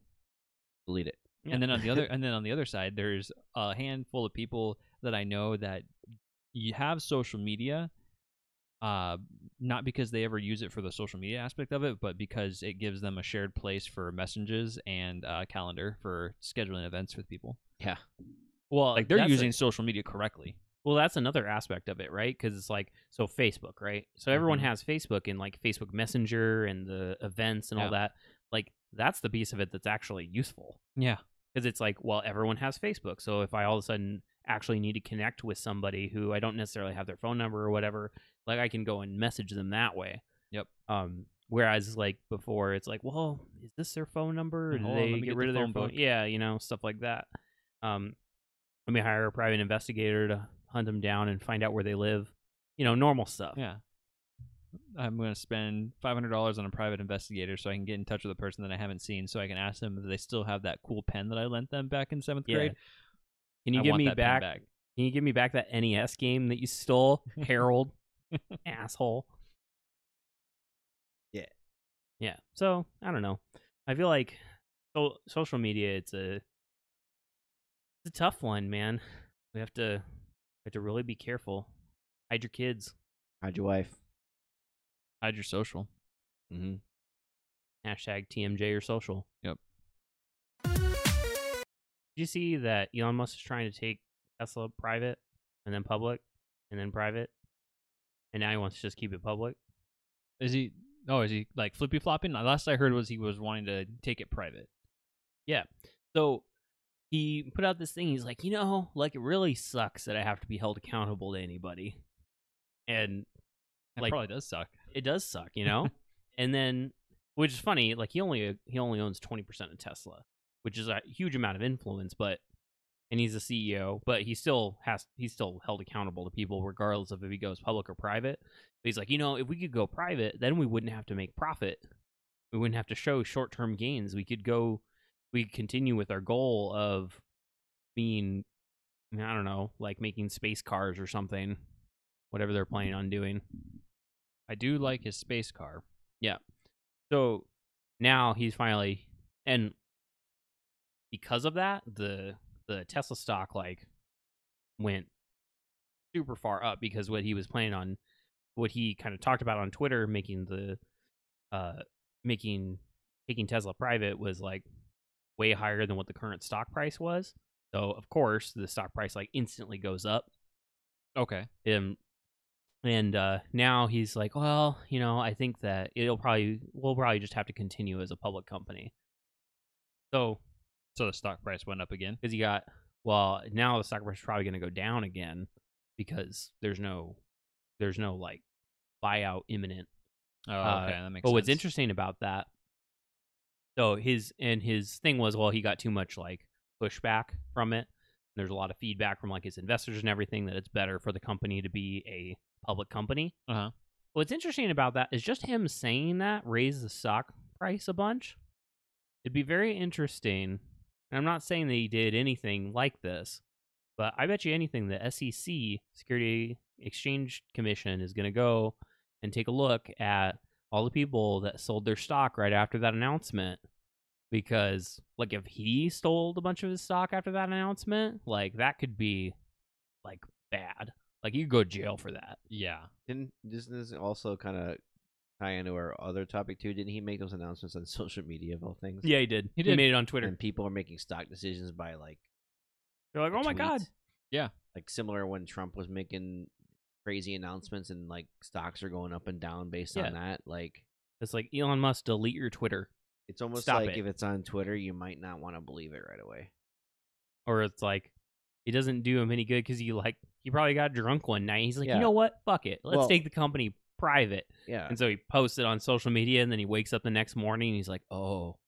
[SPEAKER 3] delete it.
[SPEAKER 2] Yeah.
[SPEAKER 1] and then on the other and then on the other side, there's a handful of people that I know that you have social media. Uh, not because they ever use it for the social media aspect of it, but because it gives them a shared place for messages and uh, calendar for scheduling events with people.
[SPEAKER 3] Yeah.
[SPEAKER 1] Well, like
[SPEAKER 2] Like,
[SPEAKER 1] they're
[SPEAKER 2] that's a-
[SPEAKER 1] using social media correctly.
[SPEAKER 2] Well, that's another aspect of it, right? Because it's like so Facebook, right? So everyone
[SPEAKER 1] Mhm.
[SPEAKER 2] has Facebook and like Facebook Messenger and the events and
[SPEAKER 1] Yeah.
[SPEAKER 2] all that. Like that's the piece of it that's actually useful.
[SPEAKER 1] Yeah.
[SPEAKER 2] because it's like well everyone has facebook so if i all of a sudden actually need to connect with somebody who i don't necessarily have their phone number or whatever like i can go and message them that way
[SPEAKER 1] Yep.
[SPEAKER 2] um whereas like before it's like well is this their phone number or
[SPEAKER 1] Yeah,
[SPEAKER 2] did
[SPEAKER 1] Mm, hold on,
[SPEAKER 2] they
[SPEAKER 1] let me
[SPEAKER 2] get,
[SPEAKER 1] get
[SPEAKER 2] rid
[SPEAKER 1] the
[SPEAKER 2] of their
[SPEAKER 1] phone
[SPEAKER 2] phone
[SPEAKER 1] book.
[SPEAKER 2] yeah you know stuff like that um let me hire a private investigator to hunt them down and find out where they live you know normal stuff
[SPEAKER 1] Yeah. I'm going to spend $500 on a private investigator so I can get in touch with a person that I haven't seen so I can ask them if they still have that cool pen that I lent them back in seventh
[SPEAKER 2] Yeah.
[SPEAKER 1] grade.
[SPEAKER 2] can you
[SPEAKER 1] I
[SPEAKER 2] give
[SPEAKER 1] want
[SPEAKER 2] me
[SPEAKER 1] that pen
[SPEAKER 2] back Can you give me back that NES game that you stole, Harold? Asshole.
[SPEAKER 3] Yeah.
[SPEAKER 2] Yeah. So I don't know. I feel like so social media it's a it's a tough one, man. We have to we have to really be careful. Hide your kids.
[SPEAKER 3] Hide your wife.
[SPEAKER 1] Hide your social.
[SPEAKER 3] Mm-hmm.
[SPEAKER 2] Hashtag TMJ or social.
[SPEAKER 1] Yep.
[SPEAKER 2] Did you see that Elon Musk is trying to take Tesla private and then public and then private? And now he wants to just keep it public?
[SPEAKER 1] Is he Oh, is he like flippy flopping? Last I heard was he was wanting to take it private.
[SPEAKER 2] So he put out this thing. He's like, you know, like it really sucks that I have to be held accountable to anybody, and
[SPEAKER 1] That
[SPEAKER 2] Like-
[SPEAKER 1] probably does suck.
[SPEAKER 2] it does suck, you know. and then, which is funny, like he only he only owns twenty percent of Tesla, which is a huge amount of influence, but and he's a CEO, but he still has he's still held accountable to people regardless of if he goes public or private. But he's like, you know, if we could go private, then we wouldn't have to make profit. We wouldn't have to show short term gains. We could go we could continue with our goal of being I don't know, like making space cars or something. Whatever they're planning on doing.
[SPEAKER 1] I do like his space car.
[SPEAKER 2] So now he's finally and because of that, the the Tesla stock like went super far up because what he was planning on what he kind of talked about on Twitter making the uh making taking Tesla private was like way higher than what the current stock price was. So of course the stock price like instantly goes up
[SPEAKER 1] Okay.
[SPEAKER 2] um, and uh, now he's like, well, you know, I think that it'll probably we'll probably just have to continue as a public company. So
[SPEAKER 1] So the stock price went up again.
[SPEAKER 2] because he got well, now the stock price is probably going to go down again because there's no there's no like buyout imminent.
[SPEAKER 1] Oh,
[SPEAKER 2] Uh,
[SPEAKER 1] okay. That makes
[SPEAKER 2] But
[SPEAKER 1] sense.
[SPEAKER 2] what's interesting about that, so his and his thing was, well, he got too much like pushback from it. There's a lot of feedback from like its investors and everything that it's better for the company to be a public company.
[SPEAKER 1] Uh-huh.
[SPEAKER 2] What's interesting about that is just him saying that raised the stock price a bunch. It'd be very interesting. And I'm not saying that he did anything like this, but I bet you anything the SEC, Security Exchange Commission, is going to go and take a look at all the people that sold their stock right after that announcement because like if he stole a bunch of his stock after that announcement like that could be like bad like you could go to jail for that
[SPEAKER 1] Yeah.
[SPEAKER 3] Didn't doesn't this also kind of tie into our other topic too? Didn't he make those announcements on social media of all things?
[SPEAKER 2] yeah he did he,
[SPEAKER 1] did.
[SPEAKER 2] made it on twitter
[SPEAKER 3] And people are making stock decisions by like
[SPEAKER 2] they're like oh my
[SPEAKER 3] tweets.
[SPEAKER 2] god
[SPEAKER 1] Yeah.
[SPEAKER 3] Like similar when Trump was making crazy announcements and like stocks are going up and down based
[SPEAKER 2] Yeah.
[SPEAKER 3] on that. Like
[SPEAKER 2] it's like elon musk delete your twitter
[SPEAKER 3] it's almost
[SPEAKER 2] Stop
[SPEAKER 3] like
[SPEAKER 2] it.
[SPEAKER 3] if it's on Twitter, you might not want to believe it right away.
[SPEAKER 2] or it's like it doesn't do him any good because he like he probably got drunk one night he's like
[SPEAKER 3] Yeah.
[SPEAKER 2] you know what fuck it let's
[SPEAKER 3] Well-
[SPEAKER 2] take the company private
[SPEAKER 3] Yeah.
[SPEAKER 2] and so he posts it on social media and then he wakes up the next morning and he's like oh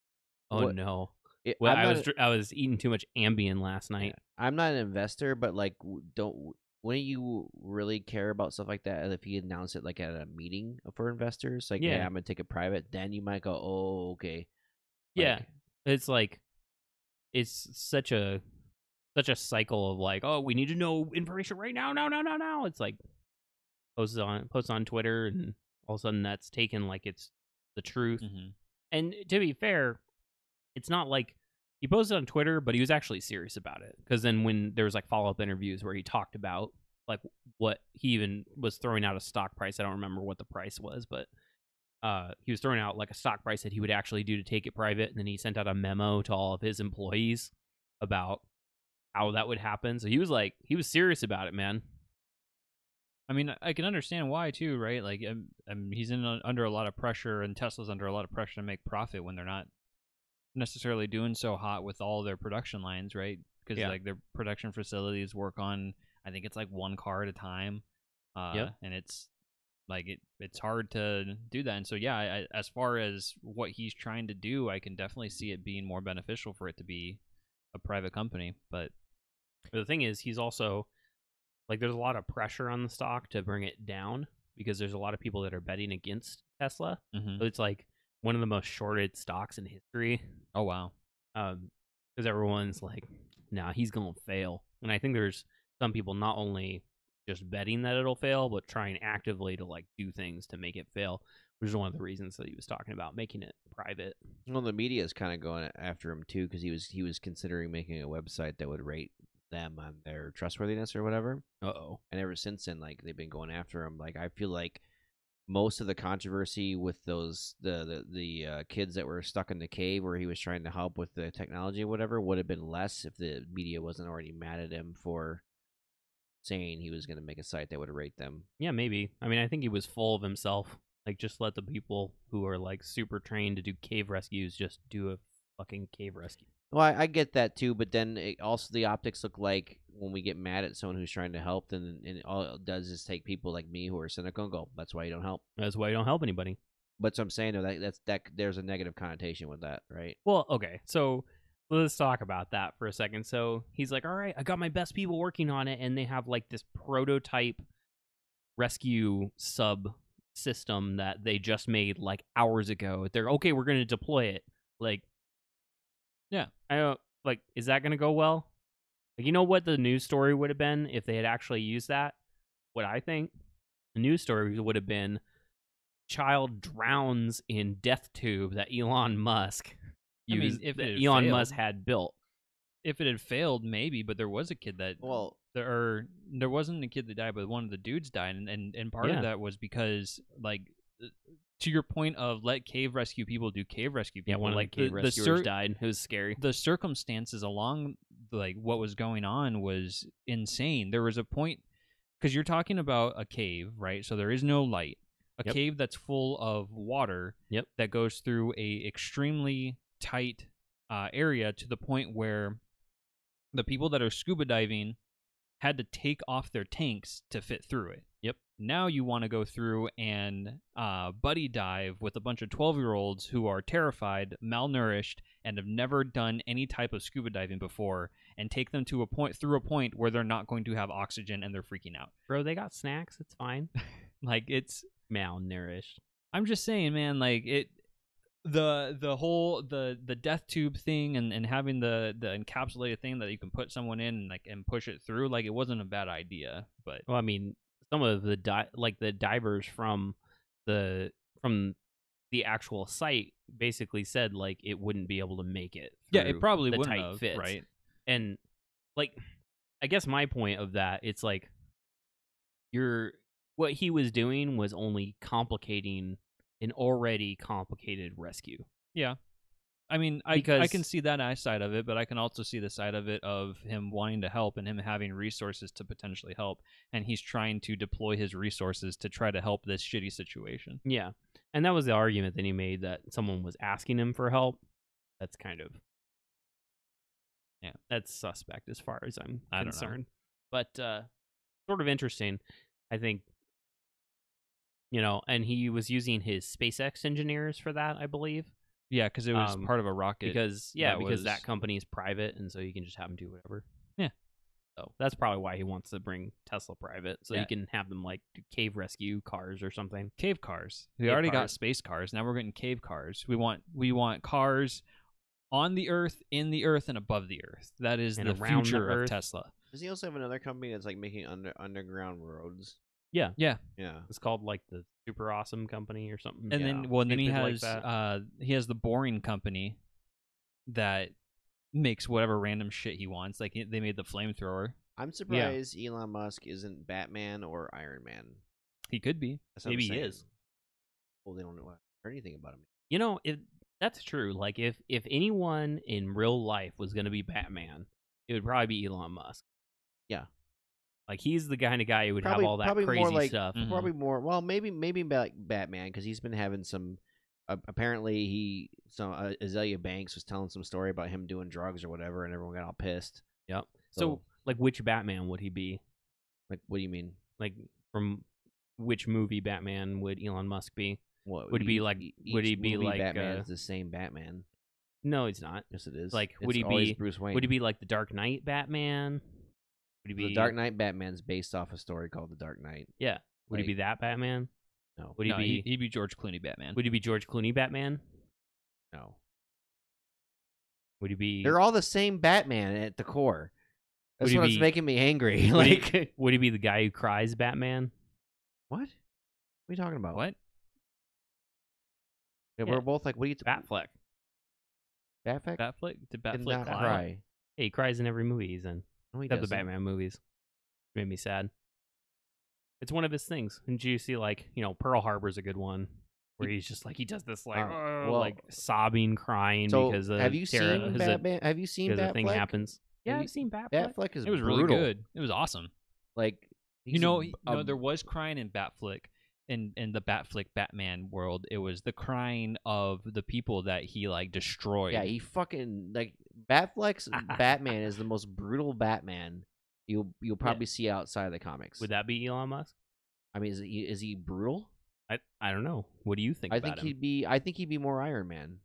[SPEAKER 2] oh
[SPEAKER 3] What-
[SPEAKER 2] no
[SPEAKER 3] It-
[SPEAKER 2] well
[SPEAKER 3] I'm
[SPEAKER 2] i
[SPEAKER 3] not
[SPEAKER 2] was
[SPEAKER 3] a-
[SPEAKER 2] dr- i was eating too much ambien last night
[SPEAKER 3] I'm not an investor, but like, w- don't w- wouldn't you really care about stuff like that? If he announced it like at a meeting for investors, like, yeah,
[SPEAKER 2] Yeah.
[SPEAKER 3] I'm gonna take it private, then you might go, oh, okay,
[SPEAKER 2] Yeah.
[SPEAKER 3] Like,
[SPEAKER 2] it's like it's such a such a cycle of like oh we need to know information right now now now now now it's like posts on posts on twitter and all of a sudden that's taken like it's the truth
[SPEAKER 1] Mhm.
[SPEAKER 2] and to be fair it's not like he posted on twitter but he was actually serious about it because then when there was like follow-up interviews where he talked about like what he even was throwing out a stock price i don't remember what the price was but uh, he was throwing out like a stock price that he would actually do to take it private, and then he sent out a memo to all of his employees about how that would happen. So he was like, he was serious about it, man.
[SPEAKER 1] I mean, I can understand why too, right? Like, um, um, he's in a, under a lot of pressure, and Tesla's under a lot of pressure to make profit when they're not necessarily doing so hot with all their production lines, right? Because
[SPEAKER 2] Yeah.
[SPEAKER 1] like their production facilities work on, I think it's like one car at a time, uh,
[SPEAKER 2] Yep.
[SPEAKER 1] and it's like it it's hard to do that. And so yeah, I, I- as far as what he's trying to do, I can definitely see it being more beneficial for it to be a private company, but
[SPEAKER 2] But the thing is, he's also like, there's a lot of pressure on the stock to bring it down because there's a lot of people that are betting against Tesla.
[SPEAKER 1] mhm.
[SPEAKER 2] So it's like one of the most shorted stocks in history
[SPEAKER 1] oh wow,
[SPEAKER 2] because everyone's like, nah, he's going to fail. And I think there's some people not only just betting that it'll fail, but trying actively to like do things to make it fail, which is one of the reasons that he was talking about making it private.
[SPEAKER 3] well, the media is kind of going after him too because he was he was considering making a website that would rate them on their trustworthiness or whatever.
[SPEAKER 2] Uh oh.
[SPEAKER 3] and ever since then like they've been going after him like i feel like most of the controversy with those the the, the uh, kids that were stuck in the cave where he was trying to help with the technology or whatever would have been less if the media wasn't already mad at him for saying he was going to make a site that would rate them
[SPEAKER 2] Yeah, maybe. I mean, I think he was full of himself. Like, just let the people who are like super trained to do cave rescues just do a fucking cave rescue.
[SPEAKER 3] well i, I get that too but then it also the optics look like when we get mad at someone who's trying to help then and all it does is take people like me who are cynical and go that's why you don't help
[SPEAKER 2] That's why you don't help anybody.
[SPEAKER 3] but so i'm saying though that that's that there's a negative connotation with that right
[SPEAKER 2] Well, okay. So let's talk about that for a second. So he's like, all right, I got my best people working on it. And they have like this prototype rescue sub system that they just made like hours ago. They're okay, we're going to deploy it. Like,
[SPEAKER 1] Yeah.
[SPEAKER 2] I don't like, is that going to go well? Like, you know what the news story would have been if they had actually used that? What I think the news story would have been child drowns in death tube that Elon Musk
[SPEAKER 1] I mean,
[SPEAKER 2] used,
[SPEAKER 1] if
[SPEAKER 2] that
[SPEAKER 1] it had
[SPEAKER 2] Elon
[SPEAKER 1] failed-
[SPEAKER 2] Musk had built.
[SPEAKER 1] if it had failed, maybe, but there was a kid that
[SPEAKER 3] well
[SPEAKER 1] there or there wasn't a kid that died, but one of the dudes died, and and, and part
[SPEAKER 2] Yeah.
[SPEAKER 1] of that was because like uh, to your point of let cave rescue people do cave rescue people.
[SPEAKER 2] Yeah, one of
[SPEAKER 1] like
[SPEAKER 2] like cave
[SPEAKER 1] the,
[SPEAKER 2] rescuers
[SPEAKER 1] the cir-
[SPEAKER 2] died. It was scary.
[SPEAKER 1] The circumstances along like what was going on was insane. There was a point because you're talking about a cave, right? So there is no light. A
[SPEAKER 2] Yep.
[SPEAKER 1] cave that's full of water
[SPEAKER 2] Yep.
[SPEAKER 1] that goes through a extremely tight uh, area to the point where the people that are scuba diving had to take off their tanks to fit through it.
[SPEAKER 2] Yep.
[SPEAKER 1] Now you want to go through and uh, buddy dive with a bunch of 12 year olds who are terrified, malnourished, and have never done any type of scuba diving before, and take them to a point through a point where they're not going to have oxygen and they're freaking out.
[SPEAKER 2] Bro, they got snacks. It's fine.
[SPEAKER 1] Like it's
[SPEAKER 2] Malnourished.
[SPEAKER 1] I'm just saying, man, like it the the whole the the death tube thing and, and having the the encapsulated thing that you can put someone in and like and push it through, like it wasn't a bad idea, but
[SPEAKER 2] Well, I mean, some of the di- like the divers from the from the actual site basically said like it wouldn't be able to make it.
[SPEAKER 1] yeah, it
[SPEAKER 2] through.
[SPEAKER 1] probably
[SPEAKER 2] the
[SPEAKER 1] wouldn't
[SPEAKER 2] tight
[SPEAKER 1] have,
[SPEAKER 2] fits.
[SPEAKER 1] right?
[SPEAKER 2] and like i guess my point of that it's like you're what he was doing was only complicating an already complicated rescue
[SPEAKER 1] I mean, I I
[SPEAKER 2] Because-
[SPEAKER 1] can see that side of it, but I can also see the side of it of him wanting to help and him having resources to potentially help, and he's trying to deploy his resources to try to help this shitty situation.
[SPEAKER 2] yeah and that was the argument that he made that someone was asking him for help that's kind of yeah that's suspect as far as i'm
[SPEAKER 1] I don't know.
[SPEAKER 2] concerned but uh sort of interesting i think you know and he was using his spacex engineers for that i believe
[SPEAKER 1] Yeah, because it was
[SPEAKER 2] Um,
[SPEAKER 1] part of a rocket.
[SPEAKER 2] because yeah,
[SPEAKER 1] that
[SPEAKER 2] because
[SPEAKER 1] was-
[SPEAKER 2] that company is private, and so you can just have them do whatever.
[SPEAKER 1] Yeah.
[SPEAKER 2] So that's probably why he wants to bring Tesla private, so
[SPEAKER 1] Yeah.
[SPEAKER 2] you can have them like do cave rescue cars or something.
[SPEAKER 1] cave cars. We
[SPEAKER 2] Cave
[SPEAKER 1] already got
[SPEAKER 2] cars.
[SPEAKER 1] space cars. Now we're getting cave cars. We want we want cars on the Earth, in the Earth, and above the Earth. That is
[SPEAKER 2] And
[SPEAKER 1] the
[SPEAKER 2] around the
[SPEAKER 1] future of
[SPEAKER 2] Earth.
[SPEAKER 1] Tesla.
[SPEAKER 3] Does he also have another company that's like making under underground roads?
[SPEAKER 2] Yeah.
[SPEAKER 1] Yeah.
[SPEAKER 3] Yeah.
[SPEAKER 2] It's called like the Super Awesome Company or
[SPEAKER 3] Mm,
[SPEAKER 2] something.
[SPEAKER 1] and then well, and then he
[SPEAKER 2] Stupid like
[SPEAKER 1] has
[SPEAKER 2] that.
[SPEAKER 1] uh he has the boring company that makes whatever random shit he wants. Like they made the flamethrower.
[SPEAKER 3] I'm surprised Elon Musk isn't Batman or Iron Man.
[SPEAKER 1] He could be.
[SPEAKER 3] That's what I'm
[SPEAKER 2] Maybe he
[SPEAKER 3] saying.
[SPEAKER 2] is.
[SPEAKER 3] Well, they don't know heard anything about him.
[SPEAKER 2] you know if that's true. Like if if anyone in real life was gonna be Batman, it would probably be Elon Musk.
[SPEAKER 3] Yeah.
[SPEAKER 2] Like he's the kind of guy who would
[SPEAKER 3] Probably-
[SPEAKER 2] have all that
[SPEAKER 3] probably more
[SPEAKER 2] crazy
[SPEAKER 3] like-
[SPEAKER 2] stuff.
[SPEAKER 1] Mhm.
[SPEAKER 3] Probably more. Well, maybe maybe ba- like Batman because he's been having some. Uh, apparently, he some uh, Azalea Banks was telling some story about him doing drugs or whatever, and everyone got all pissed.
[SPEAKER 2] Yep.
[SPEAKER 3] So-
[SPEAKER 2] so like which Batman would he be?
[SPEAKER 3] Like, what do you mean?
[SPEAKER 2] like from which movie Batman would Elon Musk be?
[SPEAKER 3] What
[SPEAKER 2] Would it be
[SPEAKER 3] each-
[SPEAKER 2] like-
[SPEAKER 3] e-
[SPEAKER 2] would
[SPEAKER 3] each
[SPEAKER 2] he be
[SPEAKER 3] movie
[SPEAKER 2] like,
[SPEAKER 3] Batman
[SPEAKER 2] uh,
[SPEAKER 3] is the same Batman?
[SPEAKER 2] No, he's not.
[SPEAKER 3] Yes, it is.
[SPEAKER 2] like, would
[SPEAKER 3] It's
[SPEAKER 2] he
[SPEAKER 3] always
[SPEAKER 2] be-
[SPEAKER 3] Bruce Wayne?
[SPEAKER 2] Would he be like the Dark Knight Batman? Would he be
[SPEAKER 3] The Dark Knight Batman's based off a story called The Dark Knight.
[SPEAKER 2] Yeah. Would he
[SPEAKER 3] like-
[SPEAKER 2] be that Batman?
[SPEAKER 3] No,
[SPEAKER 2] Would he
[SPEAKER 1] No,
[SPEAKER 2] be
[SPEAKER 1] He'd, he'd be George Clooney Batman.
[SPEAKER 2] Would he be George Clooney Batman?
[SPEAKER 3] no.
[SPEAKER 2] Would he be
[SPEAKER 3] They're all the same Batman at the core.
[SPEAKER 2] Would
[SPEAKER 3] That's
[SPEAKER 2] he
[SPEAKER 3] what's
[SPEAKER 2] be-
[SPEAKER 3] making me angry.
[SPEAKER 2] would he-
[SPEAKER 3] Like,
[SPEAKER 2] Would he be the guy who cries Batman?
[SPEAKER 3] what? What are you talking about?
[SPEAKER 1] what?
[SPEAKER 3] Yeah,
[SPEAKER 2] Yeah.
[SPEAKER 3] We're both like, what are you? T-
[SPEAKER 2] Batfleck.
[SPEAKER 3] Batfleck?
[SPEAKER 1] Batfleck? Did
[SPEAKER 3] did
[SPEAKER 1] Batfleck
[SPEAKER 3] not
[SPEAKER 1] cry?
[SPEAKER 3] cry.
[SPEAKER 2] Hey, he cries in every movie he's in,
[SPEAKER 3] No, he
[SPEAKER 2] except the
[SPEAKER 3] doesn't.
[SPEAKER 2] Batman movies. It made me sad. It's one of his things. And do you see, like, you know, Pearl Harbor's a good one where he's just like, he does this, like,
[SPEAKER 3] Oh,
[SPEAKER 2] "Oh,"
[SPEAKER 3] well-
[SPEAKER 2] like sobbing, crying
[SPEAKER 3] So,
[SPEAKER 2] because of
[SPEAKER 3] have you
[SPEAKER 2] Sarah,
[SPEAKER 3] seen
[SPEAKER 2] his- uh,
[SPEAKER 3] Batman? Have you seen
[SPEAKER 2] because
[SPEAKER 3] Batfleck?
[SPEAKER 2] the thing happens.
[SPEAKER 3] Yeah,
[SPEAKER 2] Yeah,
[SPEAKER 3] you-
[SPEAKER 2] I've seen Batfleck.
[SPEAKER 3] Batfleck is
[SPEAKER 1] It was
[SPEAKER 3] brutal.
[SPEAKER 1] really good. It was awesome.
[SPEAKER 3] Like,
[SPEAKER 1] you
[SPEAKER 3] he's
[SPEAKER 1] know,
[SPEAKER 3] a-
[SPEAKER 1] he- no,
[SPEAKER 3] a-
[SPEAKER 1] there was crying in Batflick, in in the Batflick Batman world. It was the crying of the people that he like destroyed.
[SPEAKER 3] Yeah, he fucking like Batfleck's Batman is the most brutal Batman you'll you'll probably see outside of the comics.
[SPEAKER 2] Would that be Elon Musk?
[SPEAKER 3] I mean, is he, is he brutal?
[SPEAKER 2] I I don't know. What do you think
[SPEAKER 3] I
[SPEAKER 2] about
[SPEAKER 3] think
[SPEAKER 2] him?
[SPEAKER 3] he'd be. I think he'd be more Iron Man.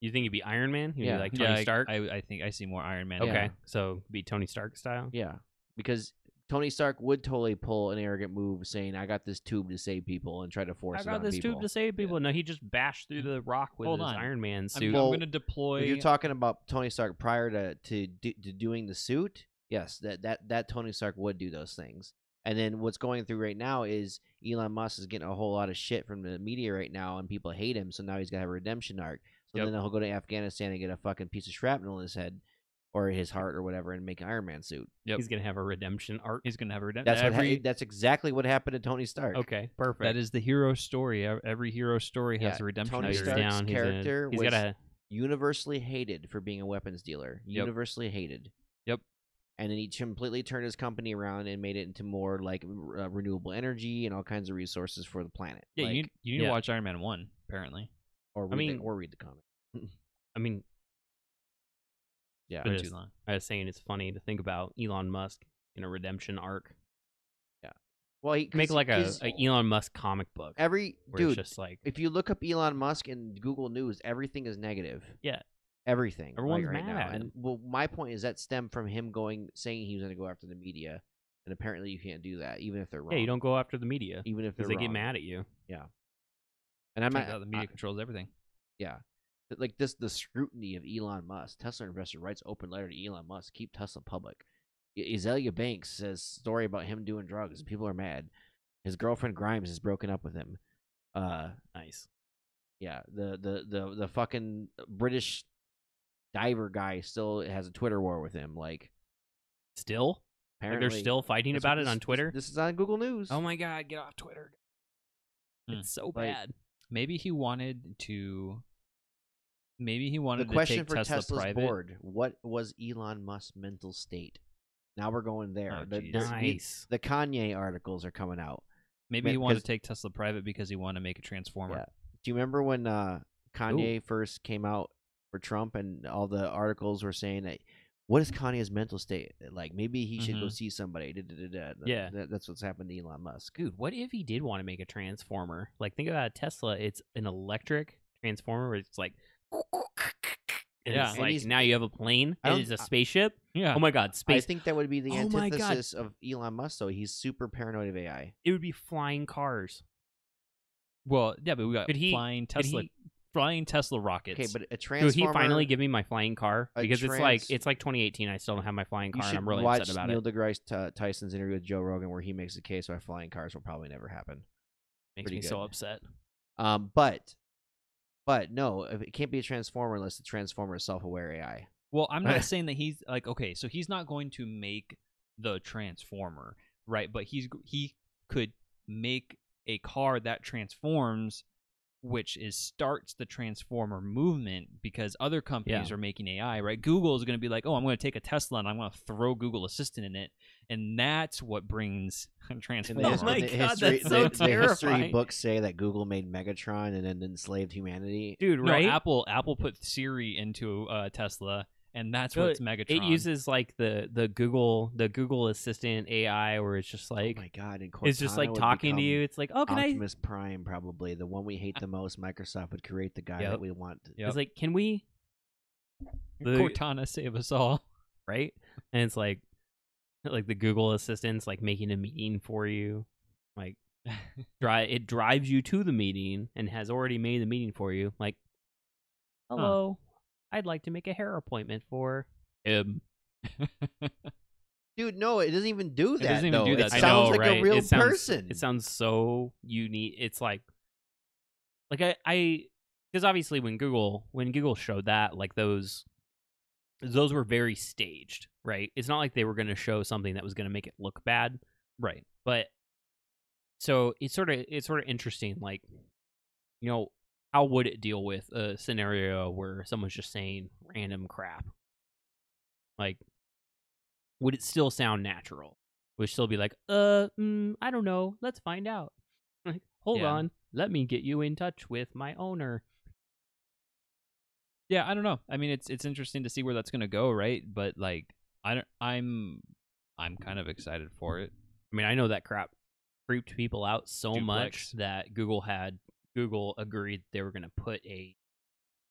[SPEAKER 2] You think he'd be Iron Man? He'd
[SPEAKER 3] Yeah.
[SPEAKER 2] be like
[SPEAKER 1] Yeah,
[SPEAKER 2] Tony
[SPEAKER 1] I-
[SPEAKER 2] Stark.
[SPEAKER 1] I, I think I see more Iron Man.
[SPEAKER 2] okay,
[SPEAKER 1] now.
[SPEAKER 3] yeah.
[SPEAKER 2] so be Tony Stark style.
[SPEAKER 3] Yeah, because Tony Stark would totally pull an arrogant move, saying, "I got this tube to save people," and try to force
[SPEAKER 2] I
[SPEAKER 3] it
[SPEAKER 2] got
[SPEAKER 3] on
[SPEAKER 2] this
[SPEAKER 3] people.
[SPEAKER 2] tube to save people. No, he just bashed through the rock with
[SPEAKER 1] Hold
[SPEAKER 2] his
[SPEAKER 1] on.
[SPEAKER 2] Iron Man
[SPEAKER 1] I'm-
[SPEAKER 2] suit.
[SPEAKER 1] I'm,
[SPEAKER 3] Well,
[SPEAKER 1] going to
[SPEAKER 3] If
[SPEAKER 1] deploy.
[SPEAKER 3] you're talking about Tony Stark prior to to, do, to doing the suit, yes, that that that Tony Stark would do those things. And then what's going through right now is Elon Musk is getting a whole lot of shit from the media right now, and people hate him. So now he's got a redemption arc. So
[SPEAKER 2] Yep.
[SPEAKER 3] then he'll go to Afghanistan and get a fucking piece of shrapnel in his head or his heart or whatever, and make an Iron Man suit.
[SPEAKER 1] Yep.
[SPEAKER 2] He's gonna have a redemption arc.
[SPEAKER 1] he's going to have a redemption.
[SPEAKER 3] That's what
[SPEAKER 1] Every-
[SPEAKER 3] ha- that's exactly what happened to Tony Stark.
[SPEAKER 2] Okay, perfect.
[SPEAKER 1] that is the hero story. Ev- Every hero story has
[SPEAKER 3] Yeah,
[SPEAKER 1] a redemption.
[SPEAKER 3] Tony
[SPEAKER 2] Now
[SPEAKER 1] arc.
[SPEAKER 2] he's
[SPEAKER 3] Stark's
[SPEAKER 2] down. He's,
[SPEAKER 3] character
[SPEAKER 2] a, he's
[SPEAKER 3] was-
[SPEAKER 2] got a
[SPEAKER 3] universally hated for being a weapons dealer.
[SPEAKER 1] Yep.
[SPEAKER 3] Universally hated.
[SPEAKER 1] Yep.
[SPEAKER 3] And then he completely turned his company around and made it into more like r- uh, renewable energy and all kinds of resources for the planet.
[SPEAKER 1] Yeah, you,
[SPEAKER 3] like-
[SPEAKER 1] you need to
[SPEAKER 2] yeah.
[SPEAKER 1] watch Iron Man one. Apparently,
[SPEAKER 3] or read
[SPEAKER 2] mean-
[SPEAKER 3] the, or read the comic.
[SPEAKER 2] I mean,
[SPEAKER 3] Yeah,
[SPEAKER 2] It
[SPEAKER 1] Been
[SPEAKER 2] is.
[SPEAKER 1] too long.
[SPEAKER 2] I was saying it's funny to think about Elon Musk in a redemption arc.
[SPEAKER 3] Yeah. Well, he 'cause
[SPEAKER 2] Make
[SPEAKER 3] he-
[SPEAKER 2] like a,
[SPEAKER 3] 'cause
[SPEAKER 2] a Elon Musk comic book.
[SPEAKER 3] every
[SPEAKER 2] where
[SPEAKER 3] dude.
[SPEAKER 2] it's just like
[SPEAKER 3] if you look up Elon Musk in Google News, everything is negative.
[SPEAKER 2] Yeah.
[SPEAKER 3] Everything. like,
[SPEAKER 2] Everyone's
[SPEAKER 3] right
[SPEAKER 2] mad
[SPEAKER 3] now.
[SPEAKER 2] at him.
[SPEAKER 3] And well, my point is that stemmed from him going saying he was going to go after the media, and apparently you can't do that, even if they're wrong.
[SPEAKER 2] yeah, you don't go after the media
[SPEAKER 3] Even if they're
[SPEAKER 2] because they get
[SPEAKER 3] wrong.
[SPEAKER 2] mad at you.
[SPEAKER 3] And I'm
[SPEAKER 1] Turns
[SPEAKER 3] not.
[SPEAKER 1] out the media
[SPEAKER 3] I-
[SPEAKER 1] controls everything.
[SPEAKER 3] yeah. But, Like this, the scrutiny of Elon Musk. Tesla investor writes open letter to Elon Musk. Keep Tesla public. I- Azalea Banks says story about him doing drugs. People are mad. His girlfriend Grimes has broken up with him. Uh,
[SPEAKER 2] Nice.
[SPEAKER 3] Yeah, the the the the fucking British diver guy still has a Twitter war with him. Like
[SPEAKER 2] Still, like
[SPEAKER 3] apparently
[SPEAKER 2] they're still fighting
[SPEAKER 3] That's-
[SPEAKER 2] about it
[SPEAKER 3] this-
[SPEAKER 2] on
[SPEAKER 3] this-
[SPEAKER 2] Twitter.
[SPEAKER 3] This, is on Google News.
[SPEAKER 2] Oh my god, get off Twitter.
[SPEAKER 1] Hmm.
[SPEAKER 2] It's so
[SPEAKER 3] Like,
[SPEAKER 2] bad.
[SPEAKER 1] Maybe he wanted to. Maybe he
[SPEAKER 3] the
[SPEAKER 1] wanted to
[SPEAKER 3] question
[SPEAKER 1] take
[SPEAKER 3] for
[SPEAKER 1] Tesla
[SPEAKER 3] Tesla's
[SPEAKER 1] private.
[SPEAKER 3] board: What was Elon Musk's mental state? Now we're going there.
[SPEAKER 1] Oh,
[SPEAKER 3] the,
[SPEAKER 1] geez.
[SPEAKER 3] the- the-
[SPEAKER 2] Nice.
[SPEAKER 3] the Kanye articles are coming out.
[SPEAKER 1] Maybe
[SPEAKER 3] Man,
[SPEAKER 1] he wanted
[SPEAKER 3] 'cause-
[SPEAKER 1] to take Tesla private because he wanted to make a transformer.
[SPEAKER 3] Yeah. Do you remember when uh, Kanye first came out for Trump, and all the articles were saying that what is Kanye's mental state? Like maybe he should go
[SPEAKER 1] Mhm.
[SPEAKER 3] see somebody. da, da, da, da.
[SPEAKER 2] Mm-hmm. Yeah.
[SPEAKER 3] That- that's what's happened to Elon Musk.
[SPEAKER 2] Dude, what if he did want to make a transformer? Like, think about a Tesla. It's an electric transformer where it's like, and
[SPEAKER 1] Yeah.
[SPEAKER 2] it's
[SPEAKER 1] And
[SPEAKER 2] like
[SPEAKER 3] he's-
[SPEAKER 2] now you have a plane.
[SPEAKER 3] I
[SPEAKER 2] It
[SPEAKER 3] don't-
[SPEAKER 2] is a
[SPEAKER 3] I-
[SPEAKER 2] spaceship.
[SPEAKER 1] Yeah.
[SPEAKER 2] Oh my god,
[SPEAKER 3] I
[SPEAKER 2] space!
[SPEAKER 3] think that would be the
[SPEAKER 2] Oh my God.
[SPEAKER 3] antithesis of Elon Musk. Though he's super paranoid of AI.
[SPEAKER 2] it would be flying cars.
[SPEAKER 1] Well, yeah, but we got
[SPEAKER 2] Could he-
[SPEAKER 1] flying
[SPEAKER 2] could
[SPEAKER 1] Tesla,
[SPEAKER 2] he-
[SPEAKER 1] flying Tesla rockets.
[SPEAKER 3] Okay, but a
[SPEAKER 2] Dude,
[SPEAKER 3] transformer.
[SPEAKER 2] he finally give me my flying car
[SPEAKER 3] a
[SPEAKER 2] because it's like
[SPEAKER 3] trans-
[SPEAKER 2] it's like 2018. I still don't have my flying
[SPEAKER 3] You
[SPEAKER 2] car, and
[SPEAKER 3] should
[SPEAKER 2] I'm really
[SPEAKER 3] watch
[SPEAKER 2] upset about
[SPEAKER 3] Neil
[SPEAKER 2] it.
[SPEAKER 3] deGrasse T- Tyson's interview with Joe Rogan, where he makes the case why flying cars will probably never happen.
[SPEAKER 2] Makes
[SPEAKER 3] pretty
[SPEAKER 2] me so
[SPEAKER 3] good.
[SPEAKER 2] upset.
[SPEAKER 3] Um, but, but no, if- it can't be a transformer unless the transformer is self-aware AI.
[SPEAKER 1] well, I'm not saying that he's like okay, so he's not going to make the transformer, right? But he's he could make a car that transforms, which is starts the transformer movement because other companies are making AI, right? Google is going to be like, oh, I'm going to take a Tesla and I'm going to throw Google Assistant in it, and that's what brings a
[SPEAKER 3] In
[SPEAKER 1] transformer.
[SPEAKER 3] the
[SPEAKER 2] Oh
[SPEAKER 3] his-
[SPEAKER 2] my
[SPEAKER 3] in the
[SPEAKER 2] God,
[SPEAKER 3] history,
[SPEAKER 2] that's so
[SPEAKER 3] the, the history
[SPEAKER 2] terrifying.
[SPEAKER 3] books say that Google made Megatron and then enslaved humanity.
[SPEAKER 2] Dude,
[SPEAKER 1] No,
[SPEAKER 2] right?
[SPEAKER 1] Apple Apple put Siri into uh, Tesla, and that's
[SPEAKER 2] No,
[SPEAKER 1] what's Megatron.
[SPEAKER 2] it uses like the the Google the Google Assistant AI where it's just like
[SPEAKER 3] oh my god! And
[SPEAKER 2] it's just
[SPEAKER 3] Cortana
[SPEAKER 2] like
[SPEAKER 3] would
[SPEAKER 2] talking to
[SPEAKER 3] become
[SPEAKER 2] you. It's like, oh, can
[SPEAKER 3] Optimus Prime, probably the one we hate the most. Microsoft would create the guy
[SPEAKER 2] Yep.
[SPEAKER 3] that we want.
[SPEAKER 2] I?
[SPEAKER 1] Yep.
[SPEAKER 2] It's like, can we? The-
[SPEAKER 1] Cortana save us all.
[SPEAKER 2] right? And it's like like the Google Assistant's like making a meeting for you, like drive it drives you to the meeting and has already made the meeting for you. Like, hello, I'd like to make a hair appointment for. Um,
[SPEAKER 3] Dude, no, it doesn't even do that.
[SPEAKER 1] doesn't even
[SPEAKER 3] though.
[SPEAKER 1] do that,
[SPEAKER 3] It
[SPEAKER 1] though.
[SPEAKER 2] I
[SPEAKER 3] sounds
[SPEAKER 2] know,
[SPEAKER 3] like
[SPEAKER 2] right?
[SPEAKER 3] a real
[SPEAKER 2] it sounds,
[SPEAKER 3] person.
[SPEAKER 2] It sounds so unique. It's like, like I, I, because obviously when Google when Google showed that, like those, those were very staged, right? It's not like they were going to show something that was going to make it look bad,
[SPEAKER 1] right.
[SPEAKER 2] but so it's sort of it's sort of interesting like you know how would it deal with a scenario where someone's just saying random crap like would it still sound natural would it still be like uh mm, i don't know let's find out like hold
[SPEAKER 1] Yeah.
[SPEAKER 2] on let me get you in touch with my owner
[SPEAKER 1] Yeah, I don't know. I mean, it's it's interesting to see where that's gonna go, right? But like, I don't, I'm I'm kind of excited for it.
[SPEAKER 2] i mean i know that crap creeped people out so
[SPEAKER 1] Duplex.
[SPEAKER 2] much that google had google agreed they were going to put a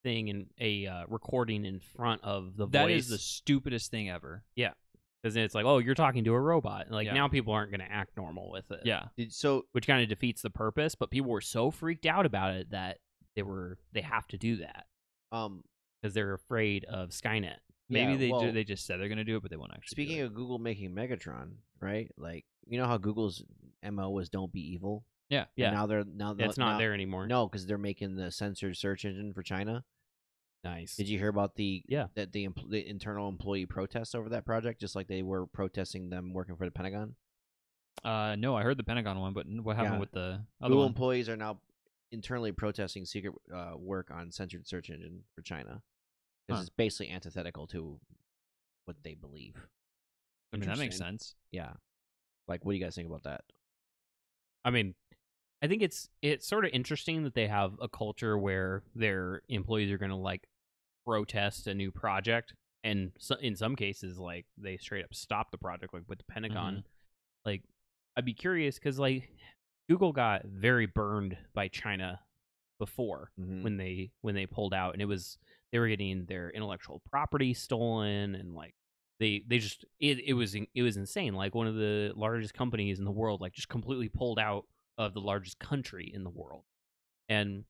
[SPEAKER 2] thing and a uh, recording in front of the
[SPEAKER 1] That
[SPEAKER 2] voice
[SPEAKER 1] is the stupidest thing ever.
[SPEAKER 2] because it's like, oh, you're talking to a robot. Like
[SPEAKER 1] Yeah.
[SPEAKER 2] now, people aren't going to act normal with it.
[SPEAKER 1] Yeah.
[SPEAKER 3] Did- so
[SPEAKER 2] which kind of defeats the purpose. But people were so freaked out about it that they were they have to do that
[SPEAKER 3] um
[SPEAKER 2] because they're afraid of Skynet.
[SPEAKER 1] Maybe
[SPEAKER 3] yeah,
[SPEAKER 1] they
[SPEAKER 3] well,
[SPEAKER 1] do, they just said they're gonna do it, but they won't actually.
[SPEAKER 3] speaking of Google making Megatron, right? Like you know how Google's MO was don't be evil?
[SPEAKER 1] yeah,
[SPEAKER 3] And
[SPEAKER 2] Yeah.
[SPEAKER 3] now they're now they're-
[SPEAKER 2] It's not
[SPEAKER 3] now,
[SPEAKER 2] there anymore.
[SPEAKER 3] No, because they're making the censored search engine for China.
[SPEAKER 2] nice.
[SPEAKER 3] Did you hear about the
[SPEAKER 2] Yeah.
[SPEAKER 3] that the, empl- the internal employee protests over that project? Just like they were protesting them working for the Pentagon.
[SPEAKER 1] uh, no, I heard the Pentagon one, but n- what happened
[SPEAKER 3] Yeah.
[SPEAKER 1] with the other
[SPEAKER 3] Google
[SPEAKER 1] one?
[SPEAKER 3] employees are now internally protesting secret uh, work on censored search engine for China because
[SPEAKER 1] Huh.
[SPEAKER 3] it's basically antithetical to what they believe.
[SPEAKER 1] I mean, that makes
[SPEAKER 2] Interesting.
[SPEAKER 1] sense.
[SPEAKER 3] Yeah. Like, what do you guys think about that?
[SPEAKER 2] I mean, I think it's it's sort of interesting that they have a culture where their employees are going to like protest a new project, and so, in some cases, like they straight up stop the project, like with the Pentagon. Like I'd be curious because like Google got very burned by China before
[SPEAKER 3] Mhm.
[SPEAKER 2] when they when they pulled out, and it was they were getting their intellectual property stolen and like they they just it it was in- it was insane. Like one of the largest companies in the world like just completely pulled out of the largest country in the world, and